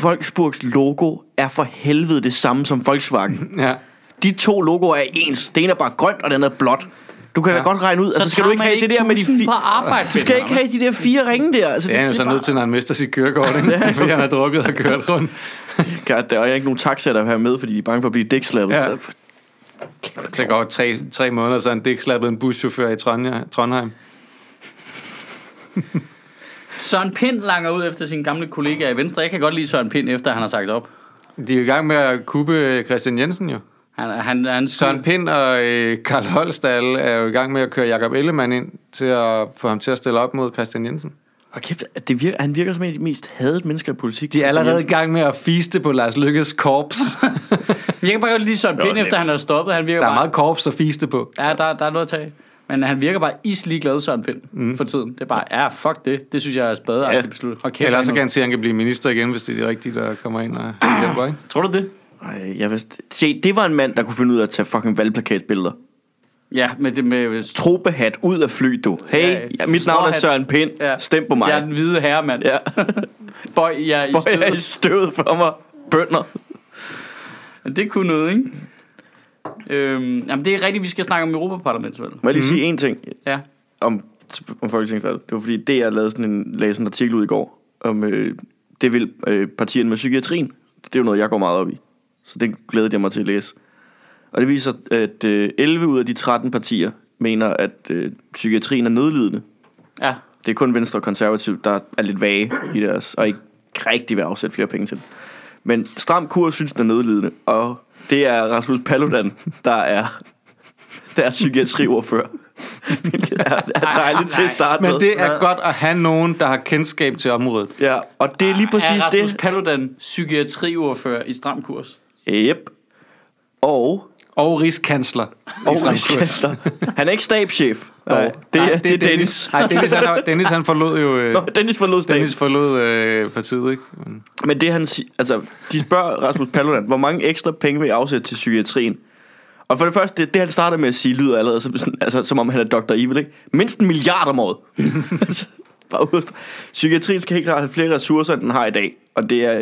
S3: Volksburgs logo er for helvede det samme som
S1: (laughs)
S3: Volkswagen.
S2: Ja.
S3: De to logoer er ens. Det ene er bare grønt, og den anden er blåt. Du kan ja. da godt regne ud. Så altså, skal
S1: tager
S3: du ikke
S1: man
S3: have det der med de
S1: bussen
S3: fire...
S1: på arbejde,
S3: Du skal ikke have de der fire ringe der. Altså,
S2: Det er han jo så
S3: bare-
S2: nødt til, når han mister sit kørekort, (laughs) ikke? fordi han har drukket og kørt rundt.
S3: God, der er ikke nogen taxaer, der vil have med, fordi de er bange for at blive Øh, dækslappet.
S2: Ja.
S3: Ja.
S2: Så går tre, tre måneder, så er han dækslappet en buschauffør i Trondheim. Trondheim.
S1: Søren Pind langer ud efter sine gamle kollegaer i Venstre. Jeg kan godt lide Søren Pind, efter han har sagt op.
S2: De er jo i gang med at kuppe øh, Christian Jensen jo.
S1: Han, han, han
S2: Søren Pind og øh, Karl Holstall er jo i gang med at køre Jakob Ellemann ind til at få ham til at stille op mod Christian Jensen.
S3: Og kæft, at det virker, han virker som en af de mest hadede mennesker i politik.
S2: De er allerede i
S3: Jensen.
S2: gang med at fiste på Lars Lykkes korps. (laughs)
S1: Jeg kan bare godt lide Søren Pind,
S3: nemt.
S1: efter han er stoppet. Han virker
S2: Der er
S1: bare,
S2: meget korps at fiste på.
S1: Ja, der, der er noget at tage. Men han virker bare islig glad, Søren Pind, mm. for tiden. Det er bare, ja, fuck det. Det synes jeg er spadeagtigt
S3: Ja.
S1: ja. beslutning. Hold kæft,
S2: Ellers så
S1: han
S2: kan
S1: er-
S2: han sige, at han kan blive minister igen, hvis det er de rigtige, der kommer ind (clears throat) og hjælper, ikke?
S1: Tror du det?
S3: Ej, jeg vidste... Se, det var en mand, der kunne finde ud af at tage fucking valgplakatbilleder.
S1: Ja, med det med...
S3: Tropehat ud af fly, du. Hey,
S1: Ja,
S3: ja, mit navn er
S1: stråhat.
S3: Søren Pind. Ja. Stem på mig.
S1: Jeg er den hvide herre, mand.
S3: Ja. (laughs)
S1: Bøj, jeg er i
S3: Bøj er i
S1: stødet.
S3: støvet for mig. Bønder.
S1: Men Det kunne noget, ikke? Øhm, jamen, det er rigtigt, vi skal snakke om Europaparlamentsvalget.
S3: Må jeg lige mm. sige en ting?
S1: Ja.
S3: om, om folketingsvalget. Det var fordi DR lavede sådan en, lagde sådan en artikel ud i går, om øh, det vil øh, partierne med psykiatrien. Det er jo noget, jeg går meget op i. Så den glædede jeg mig til at læse. Og det viser, at øh, 11 ud af de 13 partier mener, at øh, psykiatrien er nødlidende.
S1: Ja.
S3: Det er kun Venstre og Konservativ, der er lidt vage i deres, og ikke rigtig vil afsætte flere penge til det. Men Stram Kurs synes, den er nødlidende, og det er Rasmus Paludan, der er, der er psykiatriordfører. Hvilket er, er dejligt til at starte
S2: Men
S3: med.
S2: det er godt at have nogen, der har kendskab til området.
S3: Ja, og det er lige præcis
S1: er Rasmus
S3: det.
S1: Paludan psykiatriordfører i stram kurs?
S3: Yep. Og,
S2: Og rigskansler.
S3: og rigskansler. Han er ikke stabschef, dog. Det, er, det, er Dennis.
S2: Nej, Dennis, han, har- Dennis han forlod jo... Øh,
S3: Nå, Dennis forlod stab.
S2: Dennis forlod øh, partiet, ikke? Men-
S3: Men det han siger, altså, de spørger Rasmus Paludan, hvor mange ekstra penge vil I afsætte til psykiatrien? Og for det første, det, det han starter med at sige, lyder allerede som, sådan, altså, som om han er Dr. Evil, ikke? Mindst en milliard om året. altså, bare ud. Psykiatrien skal helt klart have flere ressourcer, end den har i dag. Og det er,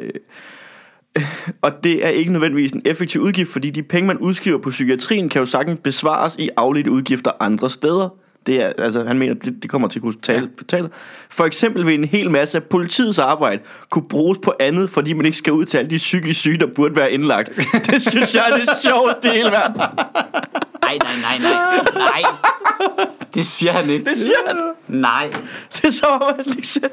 S3: øh, og det er ikke nødvendigvis en effektiv udgift, fordi de penge, man udskriver på psykiatrien, kan jo sagtens besvares i afledte udgifter andre steder. Det er, altså, han mener, det, det kommer til at kunne tale, betale. For eksempel vil en hel masse af politiets arbejde kunne bruges på andet, fordi man ikke skal ud til alle de psykisk syge, der burde være indlagt. Det synes jeg er
S1: (laughs)
S3: det sjoveste i hele verden.
S1: Nej, nej, nej, nej. Nej. Det siger han ikke.
S3: Det siger han.
S1: Nej.
S3: Det er så om, han ikke selv-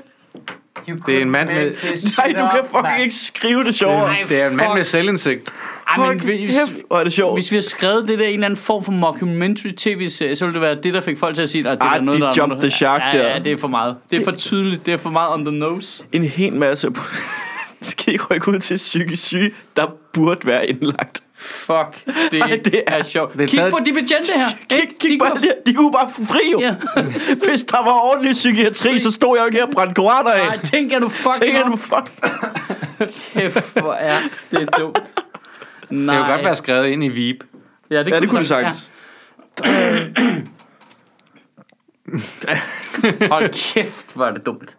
S2: Det er en mand med-
S3: Nej, du kan fucking ikke skrive det sjovere.
S1: Nej,
S2: Det er en mand
S1: fuck.
S2: med selvindsigt.
S1: Ej, men,
S3: Fuck,
S1: hvis,
S3: kæft, hvor er det sjovt.
S1: hvis vi har skrevet det der i en eller anden form for mockumentary tv-serie, så ville det være det, der fik folk til at sige, at det
S3: Ah,
S1: er der noget,
S3: de
S1: der
S3: jumped
S1: noget.
S3: the shark
S1: ja,
S3: der.
S1: Ja, det er for meget. Det er for tydeligt. Det er for meget on the nose.
S3: en hel masse (laughs) skal I rykke ud til psykisk syge, der burde være indlagt.
S1: Fuck, det,
S3: Ej, det er-
S1: er sjovt.
S2: Det er
S1: Kig
S2: taget-
S1: på de betjente her.
S3: Kig, kig bare der. De kunne bare få fri jo.
S1: Ja.
S3: (laughs) Hvis der var ordentlig psykiatri, så stod jeg jo ikke her og brændte koraner
S1: Nej,
S3: af.
S1: tænk, er du fucking
S3: Tænk, at du
S1: op.
S3: fuck.
S1: Kæft, hvor er det dumt. Nej.
S2: Det kunne godt være skrevet ind i Veep.
S1: Ja, det,
S3: Ja, det kunne du sagtens.
S1: Ja. Hold kæft, hvor er det dumt.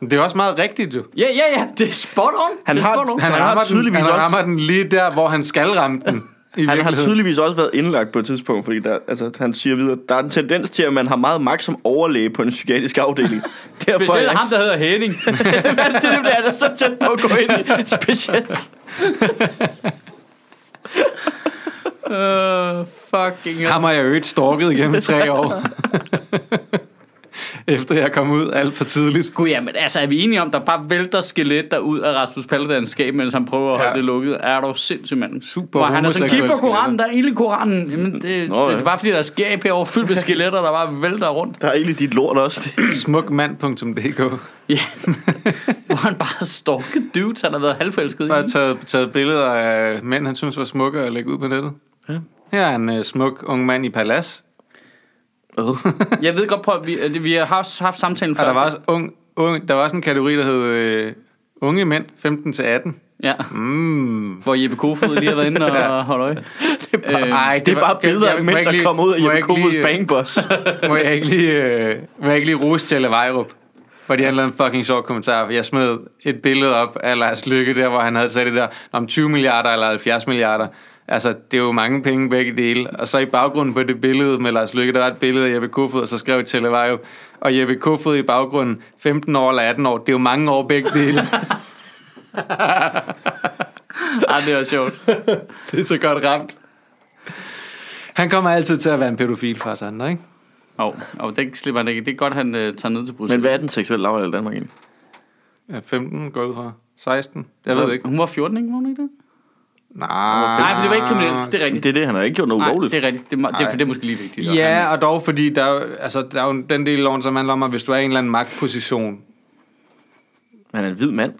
S2: Men Det er også meget rigtigt, jo.
S1: Ja, ja, ja, det er spot on.
S3: Han
S1: det er
S3: har-
S1: spot on.
S2: Han,
S3: Han har
S2: rammer, den,
S3: tydeligvis
S2: han
S3: også-
S2: rammer den lige der, hvor han skal ramme den. I
S3: Han har
S2: virkeligheden.
S3: tydeligvis også været indlagt på et tidspunkt, fordi der, altså, han siger videre, der er en tendens til, at man har meget magt som overlæge på en psykiatrisk afdeling. Derfor
S1: (laughs)
S3: er
S1: Specielt
S3: jeg-
S1: ham, der hedder Henning.
S3: det er det, der er så tæt på at gå ind i. (laughs) Specielt.
S1: uh, fucking hell.
S2: Ham har jeg jo ikke stalket igennem tre
S3: (laughs)
S2: år. Efter jeg kom ud alt for tidligt.
S1: Gud, ja, men altså, er vi enige om, der bare vælter skeletter ud af Rasmus Paludans skab, mens han prøver at holde
S2: Ja.
S1: ja. det lukket? Er du sindssyg, mand?
S2: Super
S1: Hvor han er sådan, kig
S2: homoseksuel
S1: på Koranen, der er ild i Koranen. Jamen, det,
S3: Nå,
S1: Nå,
S3: ja.
S1: det, er bare fordi, der er skab herovre fyldt med skeletter, der bare vælter
S2: (laughs)
S1: rundt.
S3: Der er egentlig dit lort (laughs) også.
S2: Smukmand.dk
S1: Ja. Hvor han bare stalket dudes, han har været halvforelsket i.
S2: Bare taget, taget billeder af mænd, han synes var smukke at lægge ud på nettet. Ja. Her er en uh, smuk ung mand i palas.
S1: Jeg ved godt, prøv, at vi, at vi har også haft samtalen før.
S2: Og der var også, ung, ung, der var også en kategori, der hed øh, unge mænd, 15-18.
S1: Ja.
S2: Mm.
S1: Hvor Jeppe Kofod lige har været inde og
S2: (laughs) Ja.
S1: holde øje. Øh, Det er
S2: Ej,
S3: Det er bare billeder af mænd, der kommer ud af Jeppe Kofods
S2: bank.
S3: (laughs) bangbus.
S2: Må jeg ikke lige, øh, må jeg ikke lige rose Jelle Vejrup? Fordi han lavede en fucking sjov kommentar. For jeg smed et billede op af Lars Lykke der, hvor han havde sat det der om 20 milliarder eller 70 milliarder. Altså, det er jo mange penge begge dele. Og så i baggrunden på det billede med Lars Lykke, der var et billede af Jeppe Kofod, og så skrev Jelle Vejrup. Og Jeppe Kofod i baggrunden, 15 år eller 18 år, det er jo mange år begge
S1: (laughs)
S2: dele.
S1: Ej, det var sjovt.
S2: (laughs) det er så godt ramt. Han kommer altid til at være en pædofil fra os andre, ikke?
S1: Og oh, den slipper han ikke. Det er godt, han øh, tager ned til Bruxelles.
S3: Men hvad er den seksuelle lavalder i Danmark egentlig?
S2: Ja, 15 går jeg ud fra. 16? Jeg ved det ikke.
S1: Hun var 14, ikke? Var hun ikke det?
S2: Nej,
S1: Nej, for det var ikke kriminelt, det er rigtigt.
S3: Det er det, han har ikke gjort noget
S1: Nej,
S3: ulovligt.
S1: det er rigtigt. Det, er, det, er,
S2: Nej.
S1: for det er måske lige vigtigt. at
S2: Ja,
S1: han-
S2: og dog fordi der, er jo- altså, der er jo den del af loven, som handler om, at hvis du er i en eller anden magtposition,
S3: Han er en hvid mand.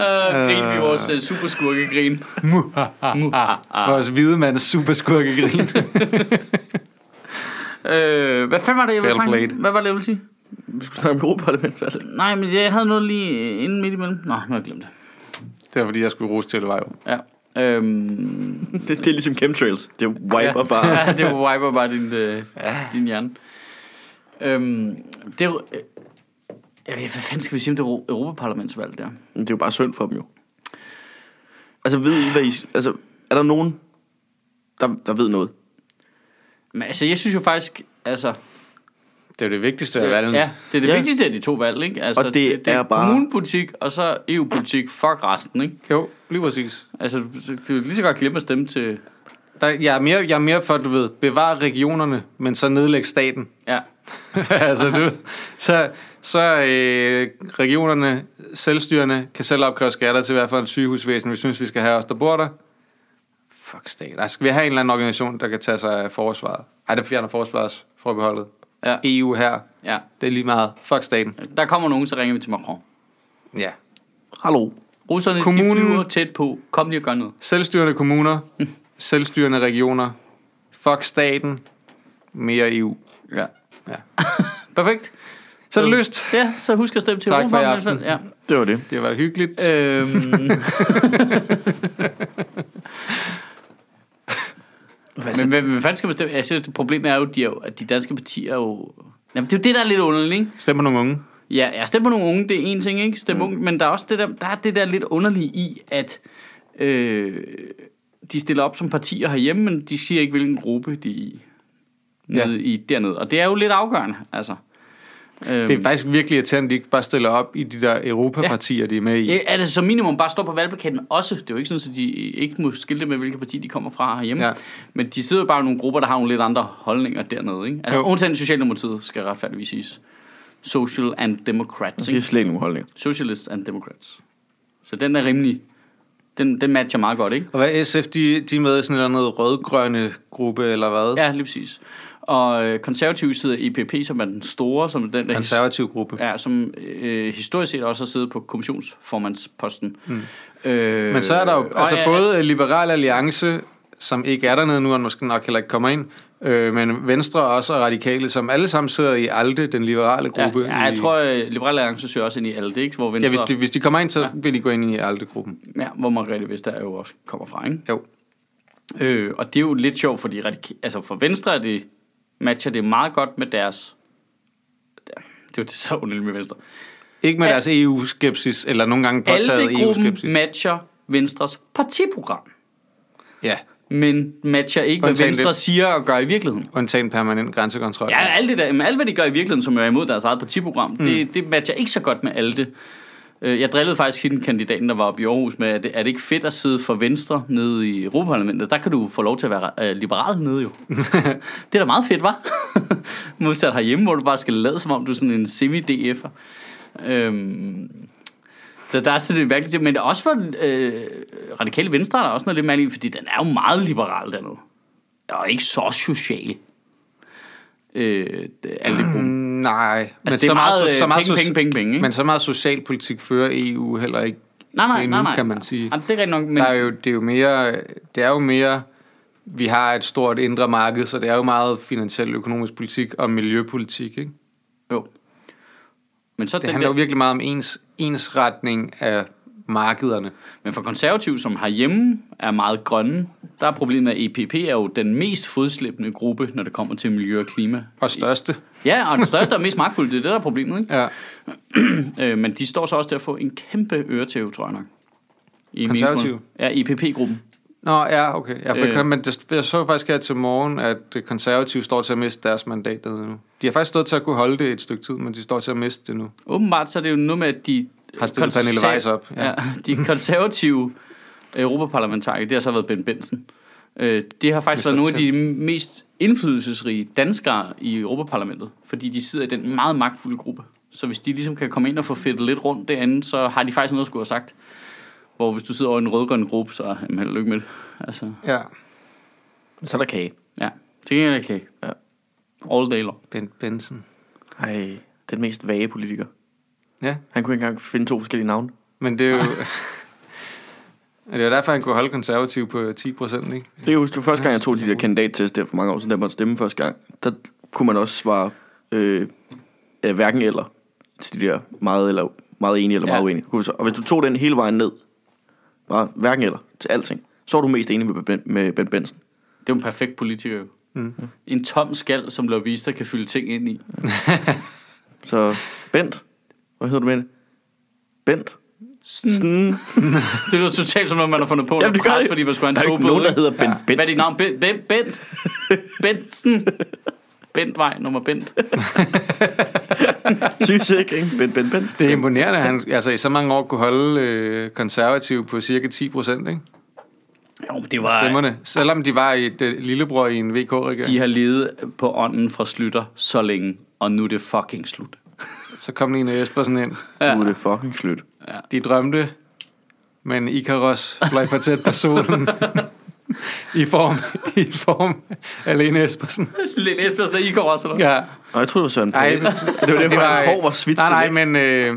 S1: Øh, grin vi vores uh, superskurkegrin.
S2: ah. vores hvide mands
S1: (laughs)
S2: superskurkegrin.
S1: øh, hvad fanden var det, jeg ville
S2: Fatal
S1: snakke
S2: Blade.
S1: om? Hvad var det, jeg ville sige?
S3: Vi skulle snakke om Europaparlamentet.
S1: Nej, men jeg havde noget lige øh, inden midt imellem. Nå, nu har jeg glemt det.
S2: det var fordi, jeg skulle rose til det var jo.
S1: Ja. Øhm,
S3: Det, det er ligesom chemtrails. Det wiper
S1: ja.
S3: ja.
S1: (laughs)
S3: bare. (laughs)
S1: ja, det wiper bare din, øh, din hjerne. Øhm, det er jo, øh, jeg ved, hvad fanden skal vi sige om det Euro- Europaparlamentsvalg der?
S3: Men Det er jo bare synd for dem jo. Altså ved I, hvad I... Altså, er der nogen, der, der ved noget?
S1: Men altså, jeg synes jo faktisk, altså...
S2: Det er jo det vigtigste af valgen.
S1: Ja, det er det
S3: Ja.
S1: vigtigste af de to valg, ikke? Altså,
S3: Og det er bare-
S1: kommunepolitik, og så EU-politik. Fuck resten, ikke?
S2: Jo, lige præcis.
S1: Altså, så- det er jo lige så godt glemme at stemme til...
S2: Der, jeg, er mere, jeg er mere for, du ved, bevare regionerne, men så nedlægge staten.
S1: Ja,
S2: (laughs) altså, du, ved, så så øh, regionerne, selvstyrende, kan selv opkræve skatter til hvert fald et sygehusvæsen, vi synes, vi skal have os, der bor der. Fuck stat. Altså, skal vi have en eller anden organisation, der kan tage sig af forsvaret? Ej, det fjerner forsvarsforbeholdet.
S1: Ja.
S2: EU her,
S1: ja.
S2: det er lige meget. Fuck staten.
S1: Der kommer nogen, så ringer vi til Macron.
S2: Ja.
S3: Hallo?
S1: Russerne, Kommunen...
S2: Kommunen-
S1: de flyver tæt på. Kom lige og gør noget.
S2: Selvstyrende kommuner, selvstyrende regioner, fuck staten, mere EU.
S1: Ja.
S2: Ja. (laughs)
S1: Perfekt.
S2: Så er det løst.
S1: Ja, så husk at stemme til
S2: Tak for i
S1: Europaparlamentet.
S2: aften.
S1: Ja.
S3: Det var det.
S2: Det var hyggeligt.
S1: Øhm, (laughs) men hvad, hvad fanden skal man stemme? Altså, det problemet er jo, de er jo, at de danske partier er jo... Jamen, det er jo det, der er lidt underligt, ikke?
S2: Stem på nogle unge.
S1: Ja, jeg stemmer nogle unge, det er en ting, ikke? Stem mm. unge, men der er også det der, der, er det der lidt underlige i, at øh, de stiller op som partier herhjemme, men de siger ikke, hvilken gruppe de er i,
S2: Ja.
S1: nede i dernede. Og det er jo lidt afgørende, altså. Øhm,
S2: Det er faktisk virkelig irriterende, at de ikke bare stiller op i de der Europapartier, ja. de er med i.
S1: Ja, Er det som minimum bare står på valgplakaten også? Det er jo ikke sådan, at de ikke må skilte med, hvilke parti de kommer fra herhjemme.
S2: Ja.
S1: Ja. Men de sidder jo bare i nogle grupper, der har nogle lidt andre holdninger dernede. Ikke? Altså,
S2: Jo.
S1: undtagen Socialdemokratiet skal retfærdigvis siges. Social and Democrats.
S3: Det er
S1: Ikke?
S3: slet ikke nogen holdning.
S1: Socialists and Democrats. Så den er rimelig. Den, den matcher meget godt, ikke?
S2: Og hvad er SF, de, de er med i sådan en eller anden rødgrønne gruppe, eller hvad?
S1: Ja, lige præcis. Og øh, konservative sidder EPP, som er den store, som er den der... his-
S2: Konservativ gruppe. Ja.
S1: Ja, som øh, historisk set også har siddet på kommissionsformandsposten. Mm. Øh,
S2: Men så er der jo
S1: og
S2: altså
S1: er-
S2: både Liberal Alliance, som ikke er dernede nu, og måske nok heller ikke kommer ind, øh, men Venstre også og Radikale, som alle sammen sidder i ALDE, den liberale gruppe.
S1: Ja, ja, jeg
S2: i-
S1: tror, at Liberale Alliance søger også ind i alt det, ikke? Hvor Venstre,
S2: Ja, hvis de, hvis de kommer ind, så ja. vil de gå ind i ALDE-gruppen.
S1: ja, hvor Margrethe Vestager jo også kommer fra, ikke?
S2: Jo.
S1: Øh, og det er jo lidt sjovt, fordi radik- altså for Venstre er det, matcher det meget godt med deres... Det er jo det så underligt med Venstre.
S2: Ikke med deres EU-skepsis, eller nogle gange påtaget E
S1: ALDE-gruppen
S2: EU-skepsis.
S1: matcher Venstres partiprogram,
S2: Ja,
S1: men matcher ikke, hvad
S2: Undtagen
S1: Venstre
S2: lidt.
S1: siger og gør i virkeligheden.
S2: undtagen permanent grænsekontrol.
S1: Ja, alt, det der, men alt hvad de gør i virkeligheden, som jo er imod deres eget partiprogram, mm. det, det matcher ikke så godt med alt det. Øh, Jeg drillede faktisk hende kandidaten, der var oppe i Aarhus med, er det, er det ikke fedt at sidde for venstre nede i Europaparlamentet? Der kan du få lov til at være øh, liberal nede jo. det er da meget fedt, var. (laughs) Modsat herhjemme, hvor du bare skal lade som om, du er sådan en semi-DF'er. Øhm, så der er sådan lidt mærkeligt til, men det er også for øh, radikale venstre er der også noget lidt mærkeligt, i, fordi den er jo meget liberal dernede. Og ikke så social. Øh, det, alt det, mm,
S2: Mm, Nej, altså, men
S1: altså, det er meget,
S2: so-
S1: så meget
S2: so-
S1: penge, penge, penge, penge, ikke?
S2: Men så meget socialpolitik fører EU heller ikke
S1: Nej, nej,
S2: endnu,
S1: nej, nej.
S2: kan man sige.
S1: Jamen, det er rigtigt nok, men
S2: Der er jo, det, er jo mere, det er jo mere, vi har et stort indre marked, så det er jo meget finansiel økonomisk politik og miljøpolitik. Ikke?
S1: jo. Men så
S2: Det
S1: den
S2: handler
S1: der,
S2: jo virkelig meget om ens, ensretning af markederne.
S1: men for konservative, som herhjemme er meget grønne, der er problemet, at EPP er jo den mest fodslæbende gruppe, når det kommer til miljø og klima.
S2: Og største.
S1: Ja, og den største og mest magtfulde, det er det, der er problemet, ikke?
S2: Ja.
S1: Øh, men de står så også til at få en kæmpe øretæve, tror jeg nok. I
S2: Konservative?
S1: meningsmålingen. Ja, E EPP-gruppen.
S2: Nå, ja, okay. Ja, for
S1: Øh.
S2: øh. men det, jeg så faktisk her til morgen, at det konservative står til at miste deres mandat dernede nu. De har faktisk stået til at kunne holde det et stykke tid, men de står til at miste det nu.
S1: Åbenbart så er det jo noget med, at de...
S2: Har stillet Pernille Weiss op,
S1: Ja.
S2: ja.
S1: ja,
S2: (laughs)
S1: de konservative europaparlamentarikere, det har så været Ben Benson. Øh, Det har faktisk
S2: Mr.
S1: været nogle af de mest indflydelsesrige danskere i Europaparlamentet, fordi de sidder i den meget magtfulde gruppe, Så hvis de ligesom kan komme ind og få fedtet lidt rundt derinde, så har de faktisk noget at skulle have sagt. Hvor hvis du sidder over i en rødgrøn gruppe, så jamen, held og lykke med det. Altså,
S2: Ja.
S3: Så er der kage.
S1: ja. Det er okay.
S3: Ja.
S1: All day long.
S2: Ben Benson.
S3: Ej, den mest vage politiker.
S2: Ja,
S3: Han kunne ikke engang finde to forskellige navne.
S2: men det er jo... (laughs) det er jo derfor, han kunne holde konservativ på 10 procent, ikke?
S3: Det kan jeg huske, første gang jeg tog de der kandidattest der for mange år siden, der måtte stemme første gang, der kunne man også svare øh, øh, hverken eller til de der meget, eller, meget enige eller
S1: Ja.
S3: meget uenige. Kunne du så- Og hvis du tog den hele vejen ned, bare hverken eller til alting, så var du mest enig med Ben, med ben Benson.
S1: Det er jo en perfekt politiker jo. Mm.
S2: Mm-hmm.
S1: En tom skal, som bliver vist, der kan fylde ting ind i.
S3: Så Bent, hvad hedder du med det? Bent?
S1: Sådan.
S3: Mm.
S1: Det lyder totalt som noget, man har fundet på. Jamen, det
S3: gør
S1: pres,
S3: det.
S1: fordi man skulle
S3: Der er
S1: have
S3: jo
S1: en
S3: ikke nogen,
S1: togbøde.
S3: der
S1: ikke?
S3: hedder Ben Benson.
S1: Hvad er dit navn? Bent? Bent? Bent? Bentsen? Bentvej, nummer Bent.
S3: Sygesikring. Bent, Bent, Bent.
S2: Det er imponerende, at han altså, i så mange år kunne holde øh, konservativ på cirka 10 procent, ikke?
S1: Jo, men det var...
S2: Stemmerne. Selvom de var i et øh, lillebror i en
S1: De
S2: VK-regering,
S1: har levet på ånden fra Slytter så længe, og nu er det fucking (laughs) slut.
S2: så kom Lene Espersen ind.
S3: Nu er det fucking slut.
S2: De drømte, men Ikaros fløj for tæt på (laughs) solen. I form, I form af Lene Espersen.
S1: Lidt Espersen og Igor også, eller?
S2: Ja.
S3: Og jeg tror det var Søren
S2: Ej,
S3: Pape.
S2: men-
S3: (laughs) Det var derfor, hans hår var svitset.
S2: Nej,
S3: væk.
S2: nej, men... Øh,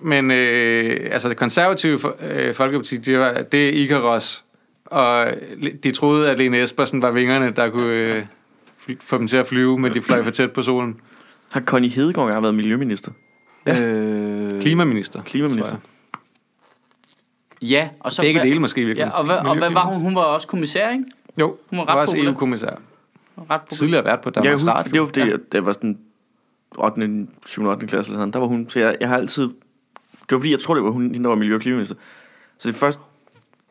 S2: men øh, altså det konservative øh, Folkeparti, det, var, det er Ikaros. Og de troede, at Lene Espersen var vingerne, der kunne øh, fly- få dem til at flyve, men de fløj for tæt på solen.
S3: Har Connie Hedegaard engang været miljøminister?
S1: Ja.
S2: Klimaminister.
S3: Klimaminister.
S2: tror
S1: ja, og så...
S2: jeg. Begge
S1: hvad-
S2: dele måske virkelig.
S1: Ja, og hvad, og hvad var hun? Hun var også kommissær, ikke?
S2: Jo,
S1: Hun
S2: hun
S1: var
S2: var,
S1: ret
S2: også
S1: populær.
S2: EU-kommissær.
S1: Ret populær.
S2: Tidligere vært på
S3: Jeg kan
S2: Danmarks
S3: huske,
S2: Radio.
S3: det var fordi, ja. det var sådan 8. 7. 8. klasse eller sådan, der var hun, så jeg, jeg har altid, det var fordi, jeg tror, det var hun, hende, der var miljø- og klimaminister. Så det er først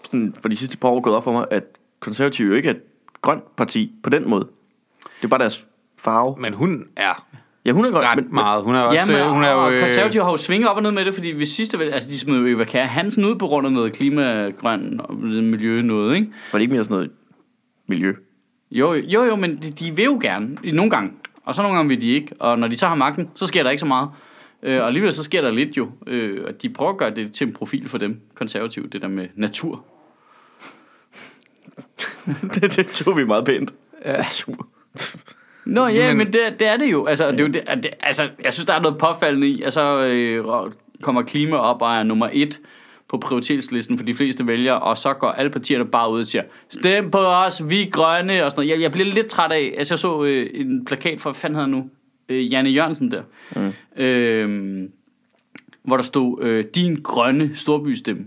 S3: sådan, for de sidste par år gået op for mig, at konservative jo ikke er et grønt parti på den måde. Det er bare deres farve.
S2: Men hun er
S3: Ja, hun er grøn,
S2: ret
S3: men,
S2: meget. Hun er også...
S1: Ja, men,
S2: hun er jo,
S1: og
S2: øh,
S1: konservative har jo svinget op og ned med det, fordi ved sidste valg, altså de smed jo Eva Kjær Hansen ud på grund af noget klimagrøn og miljø noget, ikke?
S3: men var det ikke mere sådan noget miljø? (laughs)
S1: Jo, jo, jo, men de, de vil jo gerne, i nogle gange. Og så nogle gange vil de ikke, og når de så har magten, så sker der ikke så meget. Øh, og alligevel så sker der lidt jo, øh, og de prøver at gøre det til en profil for dem, konservative, det der med natur.
S3: det, det tog vi meget pænt.
S1: Ja. (laughs)
S3: Sur.
S1: Nå ja, men,
S2: Men-
S1: det, det er det jo. Altså, det, er jo det, at det, altså, jeg synes, der er noget påfaldende i, at så øh, kommer klima op og er nummer et på prioritetslisten for de fleste vælgere, og så går alle partierne bare ud og siger, stem på os, vi er grønne, og sådan noget. Jeg, jeg bliver lidt træt af, altså jeg så øh, en plakat fra, hvad fanden hedder han nu, øh, Janne Jørgensen der, mm. øh, hvor der stod, øh, din grønne storbystemme.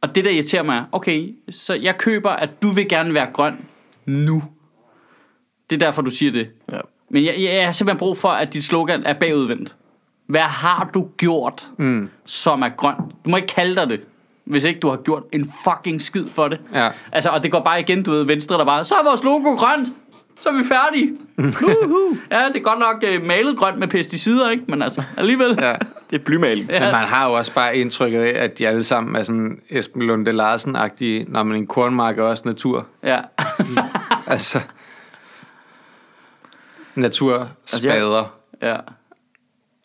S1: Og det, der irriterer mig er, okay, så jeg køber, at du vil gerne være grøn nu. Det er derfor, du siger det.
S3: Ja.
S1: Men jeg, jeg, jeg har simpelthen brug for, at dit slogan er bagudvendt. Hvad har du gjort, mm. som er grønt? Du må ikke kalde dig det, hvis ikke du har gjort en fucking skid for det.
S2: Ja.
S1: Altså, og det går bare igen, du ved, venstre der bare, så er vores logo grønt, så er vi færdige. Uhuh. ja, det er godt nok øh, malet grønt med pesticider, ikke? Men altså, alligevel.
S2: Ja.
S3: Det er blymaling. Ja.
S2: Men man har jo også bare indtrykket af, at de alle sammen er sådan Esben Lunde Larsen-agtige, når man en kornmark er også natur.
S1: ja.
S2: altså, natur,
S3: Altså,
S2: spader
S1: ja.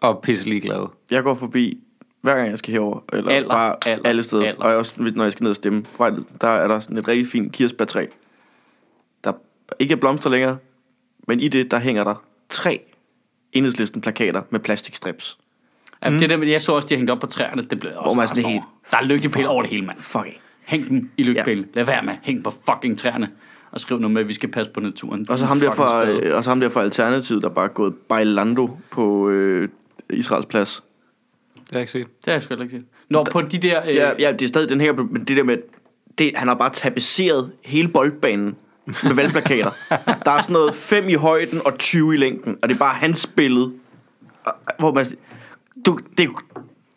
S2: og pisse ligeglade.
S3: Jeg går forbi, hver gang jeg skal herover eller
S1: Alder,
S3: bare
S1: alder,
S3: alle steder,
S1: alder.
S3: og jeg også, når jeg skal ned og stemme, på vej ned, der er der sådan et rigtig fint kirsebærtræ, der ikke er blomster længere, men i det, der hænger der tre enhedslisten plakater med plastikstrips.
S1: Ja,
S3: Mm.
S1: Det der, med- jeg så også, de har hængt op på træerne. Det blev jeg også
S3: man
S1: rasende
S3: sådan helt-
S1: over. Der er lygtepæl over det hele, mand.
S3: Fuck af.
S1: Hæng dem i lygtepælen. Ja. Lad være med. Hæng dem på fucking træerne. Og skriv noget med, at vi skal passe på naturen.
S3: Og så ham
S1: Fucking
S3: der fra,
S1: spade.
S3: øh, og så ham der fra Alternativet, der bare er gået bailando på øh, Israels plads.
S2: Det har jeg ikke set.
S1: Det har jeg sgu heller ikke set. Nå, på de der... Øh,
S3: Ja, ja, det er stadig den her, men det der med, det, han har bare tapetseret hele boldbanen med
S2: (laughs)
S3: valgplakater. der er sådan noget 5 i højden og 20 i længden, og det er bare hans billede. Og- Hvor man, du, det,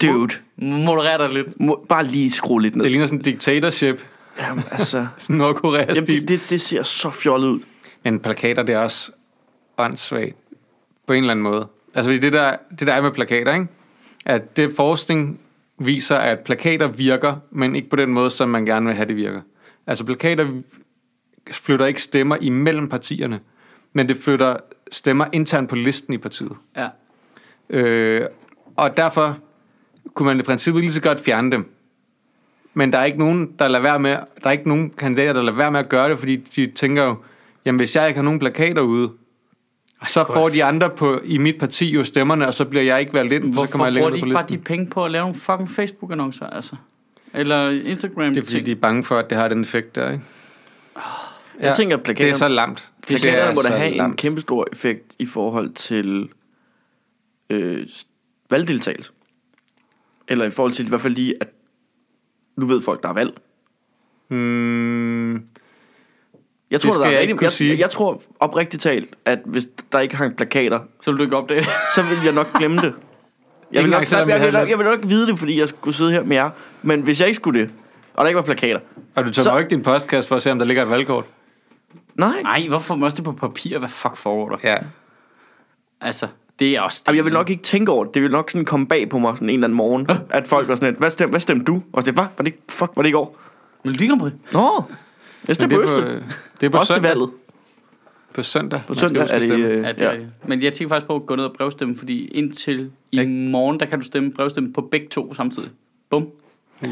S3: dude,
S1: Moderer dig lidt.
S3: må, bare lige skrue lidt
S2: Det
S3: ned.
S2: ligner sådan en dictatorship,
S3: Jamen,
S2: (laughs)
S3: altså,
S2: sådan en
S3: jamen,
S2: Nordkorea-stil.
S3: det, det, det, ser så fjollet ud.
S2: Men plakater, det er også åndssvagt på en eller anden måde. Altså fordi det der, det der er med plakater, ikke? at det forskning viser, at plakater virker, men ikke på den måde, som man gerne vil have, det virker. Altså plakater flytter ikke stemmer imellem partierne, men det flytter stemmer internt på listen i partiet.
S1: Ja.
S2: Øh, og derfor kunne man i princippet lige så godt fjerne dem. Men der er ikke nogen, der lader være med, der er ikke nogen kandidater, der lader være med at gøre det, fordi de tænker jo, jamen hvis jeg ikke har nogen plakater ude, så får de andre på, i mit parti jo stemmerne, og så bliver jeg ikke valgt ind, for så
S1: Hvorfor
S2: kommer jeg
S1: bruger
S2: længere
S1: de
S2: på
S1: ikke bare
S2: listen.
S1: de penge på at lave nogle fucking Facebook-annoncer, altså? Eller instagram
S2: Det er fordi, de er bange for, at det har den effekt der, ikke? Ja,
S3: Jeg tænker, at
S2: det er så
S3: plakaterne,
S2: lamt.
S3: det plakaterne må da
S2: så
S3: have en
S2: lamt.
S3: kæmpe stor effekt i forhold til øh, valgdeltagelse. Eller i forhold til i hvert fald lige, at nu ved folk, der er valg.
S2: Mm,
S3: Jeg tror,
S2: skal
S3: der er
S2: jeg
S3: rigtig,
S2: ikke kunne
S3: jeg,
S2: sige.
S3: jeg, jeg tror oprigtigt talt, at hvis der ikke hang plakater,
S1: Så vil du ikke opdage det. (laughs)
S3: så ville jeg nok glemme det. Jeg vil
S2: engang
S3: nok, nej,
S2: selvom
S3: jeg,
S2: vi
S3: vil
S2: havde
S3: nok, jeg vil nok vide det, fordi jeg skulle sidde her med jer. Men hvis jeg ikke skulle det, og der ikke var plakater.
S2: og du tager
S3: Så-
S2: så... ikke din postkasse for at se, om der ligger et valgkort.
S3: Nej.
S1: Nej, hvorfor må også det på papir? Hvad fuck foregår der?
S2: Ja.
S1: Altså, det er også...
S3: Jamen, jeg vil nok ikke tænke over det. Det vil nok sådan komme bag på mig sådan en eller anden morgen, at folk var sådan lidt, hvad stemte, hvad stemte du? Og det var, var det ikke, fuck, var det ikke over?
S1: Men du ikke
S3: Nå, jeg
S2: Men
S3: stemte på Østrig.
S2: øh, det er på
S3: Også til
S2: søndag.
S3: valget.
S2: På søndag.
S3: På søndag er det, øh,
S1: Ja, det
S3: ja.
S1: er det. Men jeg tænker faktisk på at gå ned og brevstemme, fordi indtil i
S2: Ikke?
S1: morgen, der kan du stemme brevstemme på begge to samtidig. Bum.
S2: Uh.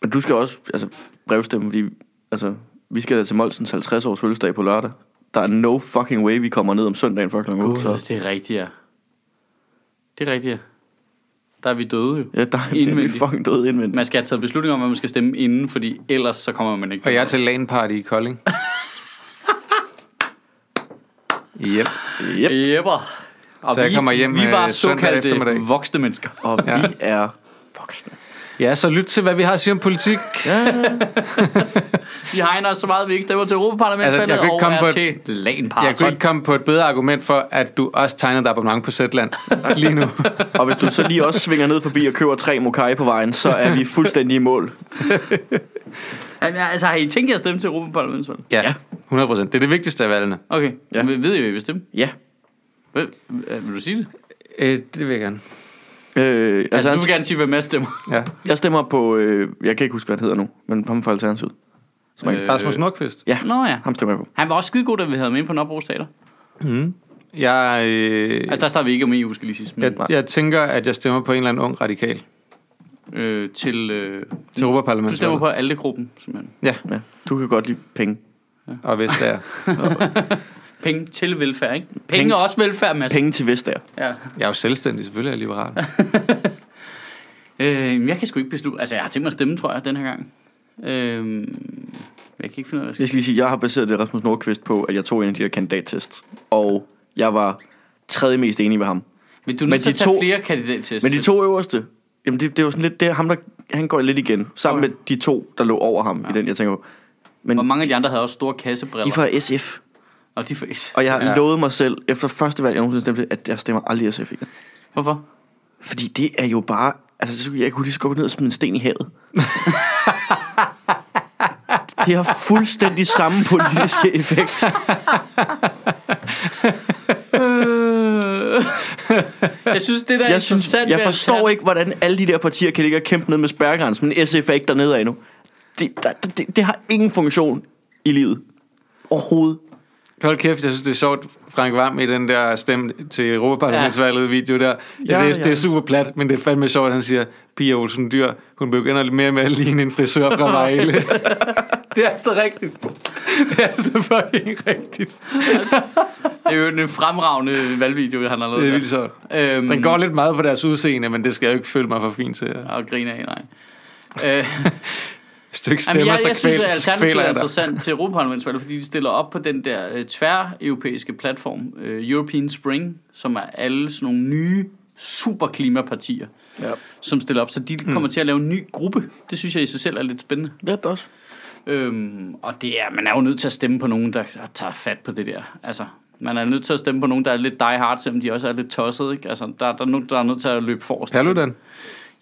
S3: Men du skal også altså, brevstemme, fordi altså, vi skal da til Molsens 50-års fødselsdag på lørdag. Der er no fucking way, vi kommer ned om søndagen før klokken 8.
S1: Gud,
S3: Så,
S1: det er rigtigt, ja. Det er rigtigt, ja. Der er vi døde jo.
S3: ja, der er en
S1: Indvendigt.
S3: fucking død indvendigt.
S1: Man skal have taget beslutning om, hvad man skal stemme inden, fordi ellers så kommer man ikke.
S2: Og jeg er til LAN-party i Kolding. Yep.
S3: Yep.
S1: Jepper. Og
S2: Så jeg kommer hjem,
S1: vi
S2: øh,
S1: var
S2: søndag
S1: såkaldte
S2: eftermiddag.
S1: voksne mennesker.
S3: Og
S2: Ja.
S3: vi er voksne.
S2: Ja, så lyt til, hvad vi har at sige om politik.
S1: Vi hegner os så meget, at vi ikke stemmer til Europaparlamentet,
S2: Altså, jeg
S1: altså,
S2: kan ikke
S1: og
S2: komme
S1: er
S2: på et-
S1: til LAN-party.
S2: Jeg kunne ikke komme på et bedre argument for, at du også tegner dig abonnement på Zetland lige nu.
S3: Og hvis du så lige også svinger ned forbi og køber tre mokai på vejen, så er vi fuldstændig i mål.
S1: Jamen, jeg- altså, har I tænkt jer at stemme til Europaparlamentet?
S2: Ja, 100 procent. Det er det vigtigste af valgene.
S1: Okay,
S3: Ja.
S1: ja. men ved I, hvad I vil stemme?
S3: Ja.
S1: Hvad, øh, vil du sige det?
S2: Øh, det vil jeg gerne.
S3: Øh,
S1: Altså,
S3: altså,
S1: du vil gerne sige, hvad Mads stemmer.
S2: Ja.
S3: jeg stemmer på, øh, jeg kan ikke huske, hvad han hedder nu, men ham fra Alternativet. Som øh.
S2: Rasmus Nordqvist.
S3: Ja,
S1: Nå ja.
S3: ham stemmer jeg på.
S1: Han var også skidegod, da vi havde ham inde på Nørrebro Stater.
S2: Mm. Jeg, øh,
S1: Altså, der starter vi ikke om EU, skal lige sige. Men,
S2: jeg, jeg tænker, at jeg stemmer på en eller anden ung radikal
S1: øh, til, øh,
S2: til Europaparlamentet.
S1: du stemmer på ALDE-gruppen, simpelthen.
S2: Ja,
S3: Ja. Du kan godt lide penge.
S2: og hvis det er.
S1: Penge til velfærd, ikke? Penge,
S3: Penge
S1: Penge
S3: til-
S1: er også velfærd, Mads.
S3: Penge til Vestager.
S1: Ja.
S2: Jeg er jo selvstændig, selvfølgelig er jeg liberal.
S1: Øh, men jeg kan sgu ikke beslutte. Altså, jeg har tænkt mig at stemme, tror jeg, den her gang. Øh, men jeg kan ikke finde ud af, hvad jeg skal.
S3: Jeg skal lige sige, jeg har baseret det Rasmus Nordqvist på, at jeg tog en af de der kandidattest. Og jeg var tredje mest enig med ham.
S1: Men du er nødt
S3: Men
S1: til at
S3: de
S1: tage
S3: to-
S1: flere kandidattests.
S3: Men de to øverste, jamen det, det var sådan lidt, det er ham, der, han går lidt igen. Sammen
S1: Okay.
S3: med de to, der lå over ham ja. i den, jeg tænker på. Men
S1: Og mange af de andre havde også store kassebriller.
S3: de er fra SF.
S1: Og de får...
S3: Og jeg har ja.
S2: Ja.
S3: lovet mig selv, efter første valg, jeg nogensinde stemte, at jeg stemmer aldrig SF igen.
S1: Hvorfor?
S3: Fordi det er jo bare... Altså, så kunne- jeg kunne lige så godt gå ned og smide en sten i havet. det har fuldstændig samme politiske effekt.
S1: Øh.
S3: (laughs)
S1: jeg synes, det der er
S3: Jeg, synes,
S1: interessant
S3: jeg
S1: ved
S3: forstår
S1: altern-
S3: ikke, hvordan alle de der partier kan ligge og kæmpe ned med spærregrænsen, men SF er ikke dernede af endnu. Det, der, der- det, det har ingen funktion i livet. Overhovedet.
S2: Hold kæft, jeg synes, det er sjovt, Frank Vam i den der stemme til Europaparlamentsvalget video der. Det,
S3: Ja,
S2: ja, det,
S3: ja.
S2: ja. det er super plat, men det er fandme sjovt, at han siger, Pia Olsen Dyr, hun begynder lidt mere med at ligne en frisør fra
S1: (laughs)
S2: Vejle. det er så rigtigt. Det er så fucking rigtigt.
S1: Det er jo en fremragende valgvideo, han har lavet.
S2: Det er
S1: der.
S2: vildt sjovt.
S1: Øhm,
S2: Den går lidt meget på deres udseende, men det skal jeg jo ikke føle mig for fint til. Et
S1: Og grine af, nej. Øh,
S2: stykke stemmer,
S1: jamen, jeg,
S2: så
S1: jeg synes, at
S2: kvæl, så kvæler
S1: Alternativet er
S2: jeg dig.
S1: interessant til Europaparlamentsvalget, fordi de stiller op på den der øh, tvær-europæiske platform, øh, European Spring, som er alle sådan nogle nye superklimapartier,
S3: Ja.
S1: som stiller op. Så de
S2: Mm.
S1: kommer til at lave en ny gruppe. Det synes jeg i sig selv er lidt spændende.
S3: Ja, det også.
S1: Øhm, og det er, man er jo nødt til at stemme på nogen, der tager fat på det der. Altså, man er nødt til at stemme på nogen, der er lidt die hard, selvom de også er lidt tosset. Ikke? Altså, der, der er nogen, der er nødt til at løbe forrest.
S2: Paludan?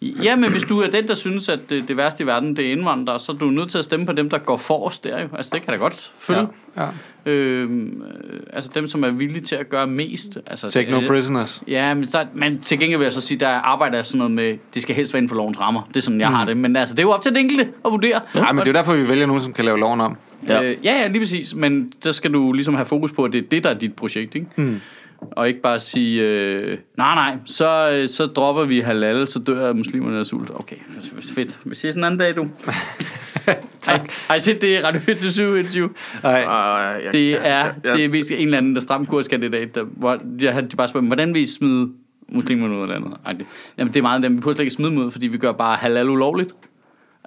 S1: Ja, men hvis du er den, der synes, at det, det værste i verden, det er indvandrere, så er du nødt til at stemme på dem, der går forrest der jo. Altså, det kan jeg da godt følge.
S2: Ja. ja.
S1: Ja. Øhm, øh, altså, dem, som er villige til at gøre mest. Altså,
S2: Take no
S1: det-
S2: prisoners.
S1: Ja, men, så, men til gengæld vil jeg så sige, der arbejder jeg sådan noget med, det skal helst være inden for lovens rammer. Det er sådan, jeg mm. har det. Men altså, det er jo op til den enkelte at vurdere.
S2: Nej, men det er jo derfor, vi vælger nogen, som kan lave loven om.
S1: Øh, Ja. Øh, ja, ja, lige præcis. Men der skal du ligesom have fokus på, at det er det, der er dit projekt, ikke? Mm. og ikke bare sige, øh, nej, nej, så, øh, så dropper vi halal, så dør muslimerne af sult. Okay, fedt. Vi ses en anden dag, du. (laughs) tak. Har I set det Radio 4 til 7
S2: Nej.
S3: Ej, jeg,
S1: Det er,
S3: jeg,
S1: det er vist en eller anden, der stram kurskandidat, der, hvor jeg havde de bare spurgt, hvordan vil I smide muslimerne ud af landet? Ej, det, jamen, det er meget dem, vi prøver slet ikke at smide dem ud, fordi vi gør bare halal ulovligt.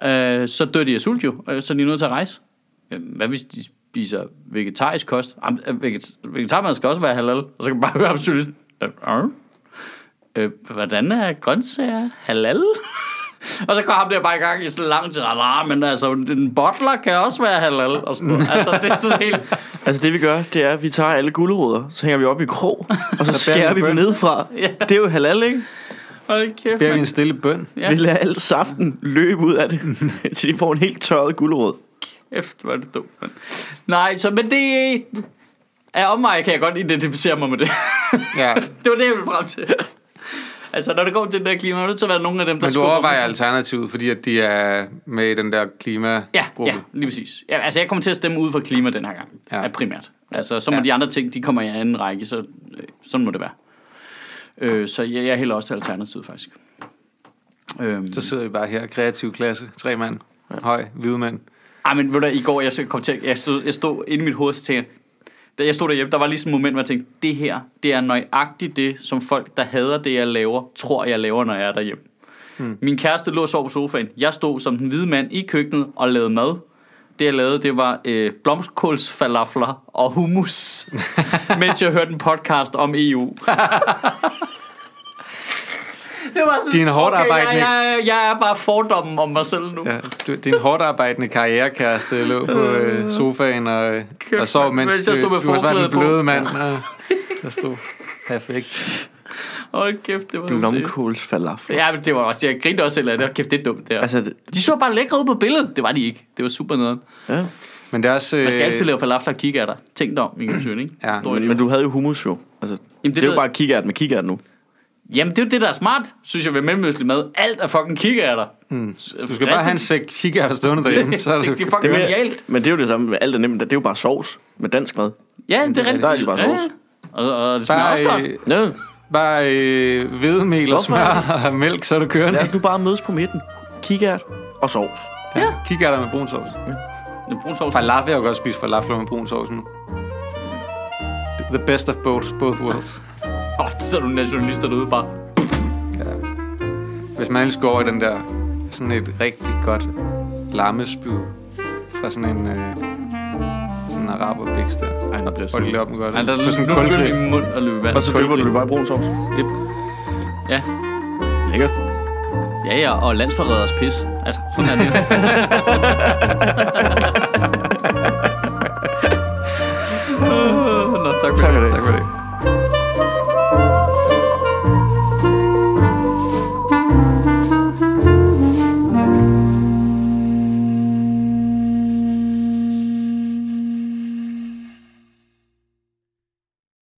S1: Øh, så dør de af sult jo, øh, så er de er nødt til at rejse. Jamen, Øh, hvad hvis de spiser vegetarisk kost? Jamen, øh, veget- Vegetarmad skal også være halal, og så kan man bare (laughs) høre absolut. Øh, hvordan er grøntsager halal? (laughs) og så kom ham der bare i gang i sådan lang tid, "Ah, men altså, en bottler kan også være halal. Og sådan, noget. altså, det er sådan helt...
S3: Altså det vi gør, det er, at vi tager alle gulerødder, så hænger vi op i en krog,
S1: (laughs)
S3: og så
S2: bærer vi
S3: skærer vi dem
S2: bøn.
S3: nedefra.
S1: Ja.
S3: Det er jo halal, ikke?
S1: Hold kæft,
S2: Beder vi en
S1: mand.
S2: stille bøn.
S1: Ja.
S3: Vi lader alt saften løbe ud
S1: (laughs)
S3: af det, så de får en helt tørret gulerod.
S1: Kæft, hvor er det dumt. mand. Nej, så men det er om mig, kan jeg godt identificere mig med det. (laughs)
S2: Ja.
S1: det var det, jeg ville frem til. Altså, når det går til den der klima, er det nødt til at være nogle af dem, der
S2: Men du
S1: skubber
S2: overvejer
S1: mig.
S2: alternativet, fordi at de er med i den der
S1: Ja,
S2: klimagruppe.
S1: ja, lige præcis. Ja, altså, jeg kommer til at stemme ud for klima den her gang.
S2: Ja.
S1: Ja. primært. Altså, så må
S2: Ja.
S1: ja. de andre ting, de kommer i en anden række, så øh, sådan må det være. Øh, så jeg, jeg hælder også til Alternativet, faktisk. Øhm,
S2: Så sidder vi bare her, kreativ klasse, tre mand, høj, hvide mand.
S1: Ej, Ah, men ved du, i går, jeg så- kom til, at- jeg stod, jeg stod inde i mit hoved, så tænkte jeg, da jeg stod derhjemme, der var lige sådan et moment, hvor jeg tænkte, det her, det er nøjagtigt det, som folk, der hader det, jeg laver, tror, jeg laver, når jeg er derhjemme. Hmm. Min kæreste lå og sov på sofaen. Jeg stod som den hvide mand i køkkenet og lavede mad. Det, jeg lavede, det var øh, blomskålsfalafler og
S2: (laughs)
S1: hummus, mens jeg hørte en podcast om E EU. det var sådan,
S2: Din hårdtarbejdende-
S1: Okay, jeg, jeg, jeg er bare fordommen om mig selv nu.
S2: Ja, du, din hårdt arbejdende karrierekæreste lå på øh, sofaen og, øh, og sov,
S1: mand,
S2: mens,
S1: mens jeg
S2: du-
S1: stod med
S2: du var
S1: forklæde
S2: den
S1: på.
S2: bløde mand. Og, der stod perfekt.
S1: Hold kæft, det var sindssygt.
S3: Blomkålsfalafel.
S1: Ja, men det var også, jeg grinede også selv af det, og kæft, det er dumt der. Altså,
S3: Altså, det-
S1: de så bare lækre ud på billedet. Det var de ikke. Det var super nederen.
S3: ja.
S2: Men det er også... Øh,
S1: Man skal altid lave falafler og kigge af dig. Tænk dig om, Michael Søren, ikke?
S2: Ja.
S1: Stor
S3: Men,
S1: idiot.
S3: men du havde jo hummus jo. Altså, Jamen, det, det er
S1: ved-
S3: jo bare kikært med kikært nu.
S1: Jamen, det er jo det, der er smart, synes jeg, ved mellemøstlig mad. Alt er fucking kigge af dig. Mm.
S2: Du skal
S1: (laughs)
S2: bare have en sæk kigger der stående derhjemme, så er
S1: det,
S2: det,
S1: det er fucking
S3: mere-
S1: genialt.
S3: men det er jo det samme med alt er nemt. Det er jo bare sovs med dansk mad.
S1: Ja, det er rigtigt.
S3: der er de bare
S1: Ja, ja.
S3: sovs.
S1: Og, og det smager også
S2: bare,
S1: godt.
S2: øh,
S3: Ja.
S2: bare øh, hvedemel og
S3: Hvorfor?
S2: smør og mælk, så er du kørende.
S3: Lad os nu bare mødes på midten. Kikært og sovs.
S1: Ja.
S2: Kigger der med brun sovs.
S1: Det er brun sovs.
S2: Falafel, jeg kan godt spise falafel med brun sovs nu. The best of both, both worlds.
S1: Åh, så er du nationalist derude bare.
S2: Hvis man ellers går over i den der, sådan et rigtig godt lammespyd fra sådan en, øh, sådan en araberbiks der.
S1: Ej, der bliver sur.
S2: Hold lige op, den godt.
S1: Ej, der
S2: På sådan en
S1: nu
S2: kulgrill.
S1: begynder min mund at løbe vand.
S3: Og så døber du det bare i brun sovs.
S1: Yep. Ja.
S3: Lækkert.
S1: Ja, ja, og landsforræders pis. Altså, sådan er det. (laughs) Nå, tak for
S3: Tak
S1: det.
S3: for det.
S2: Tak for det.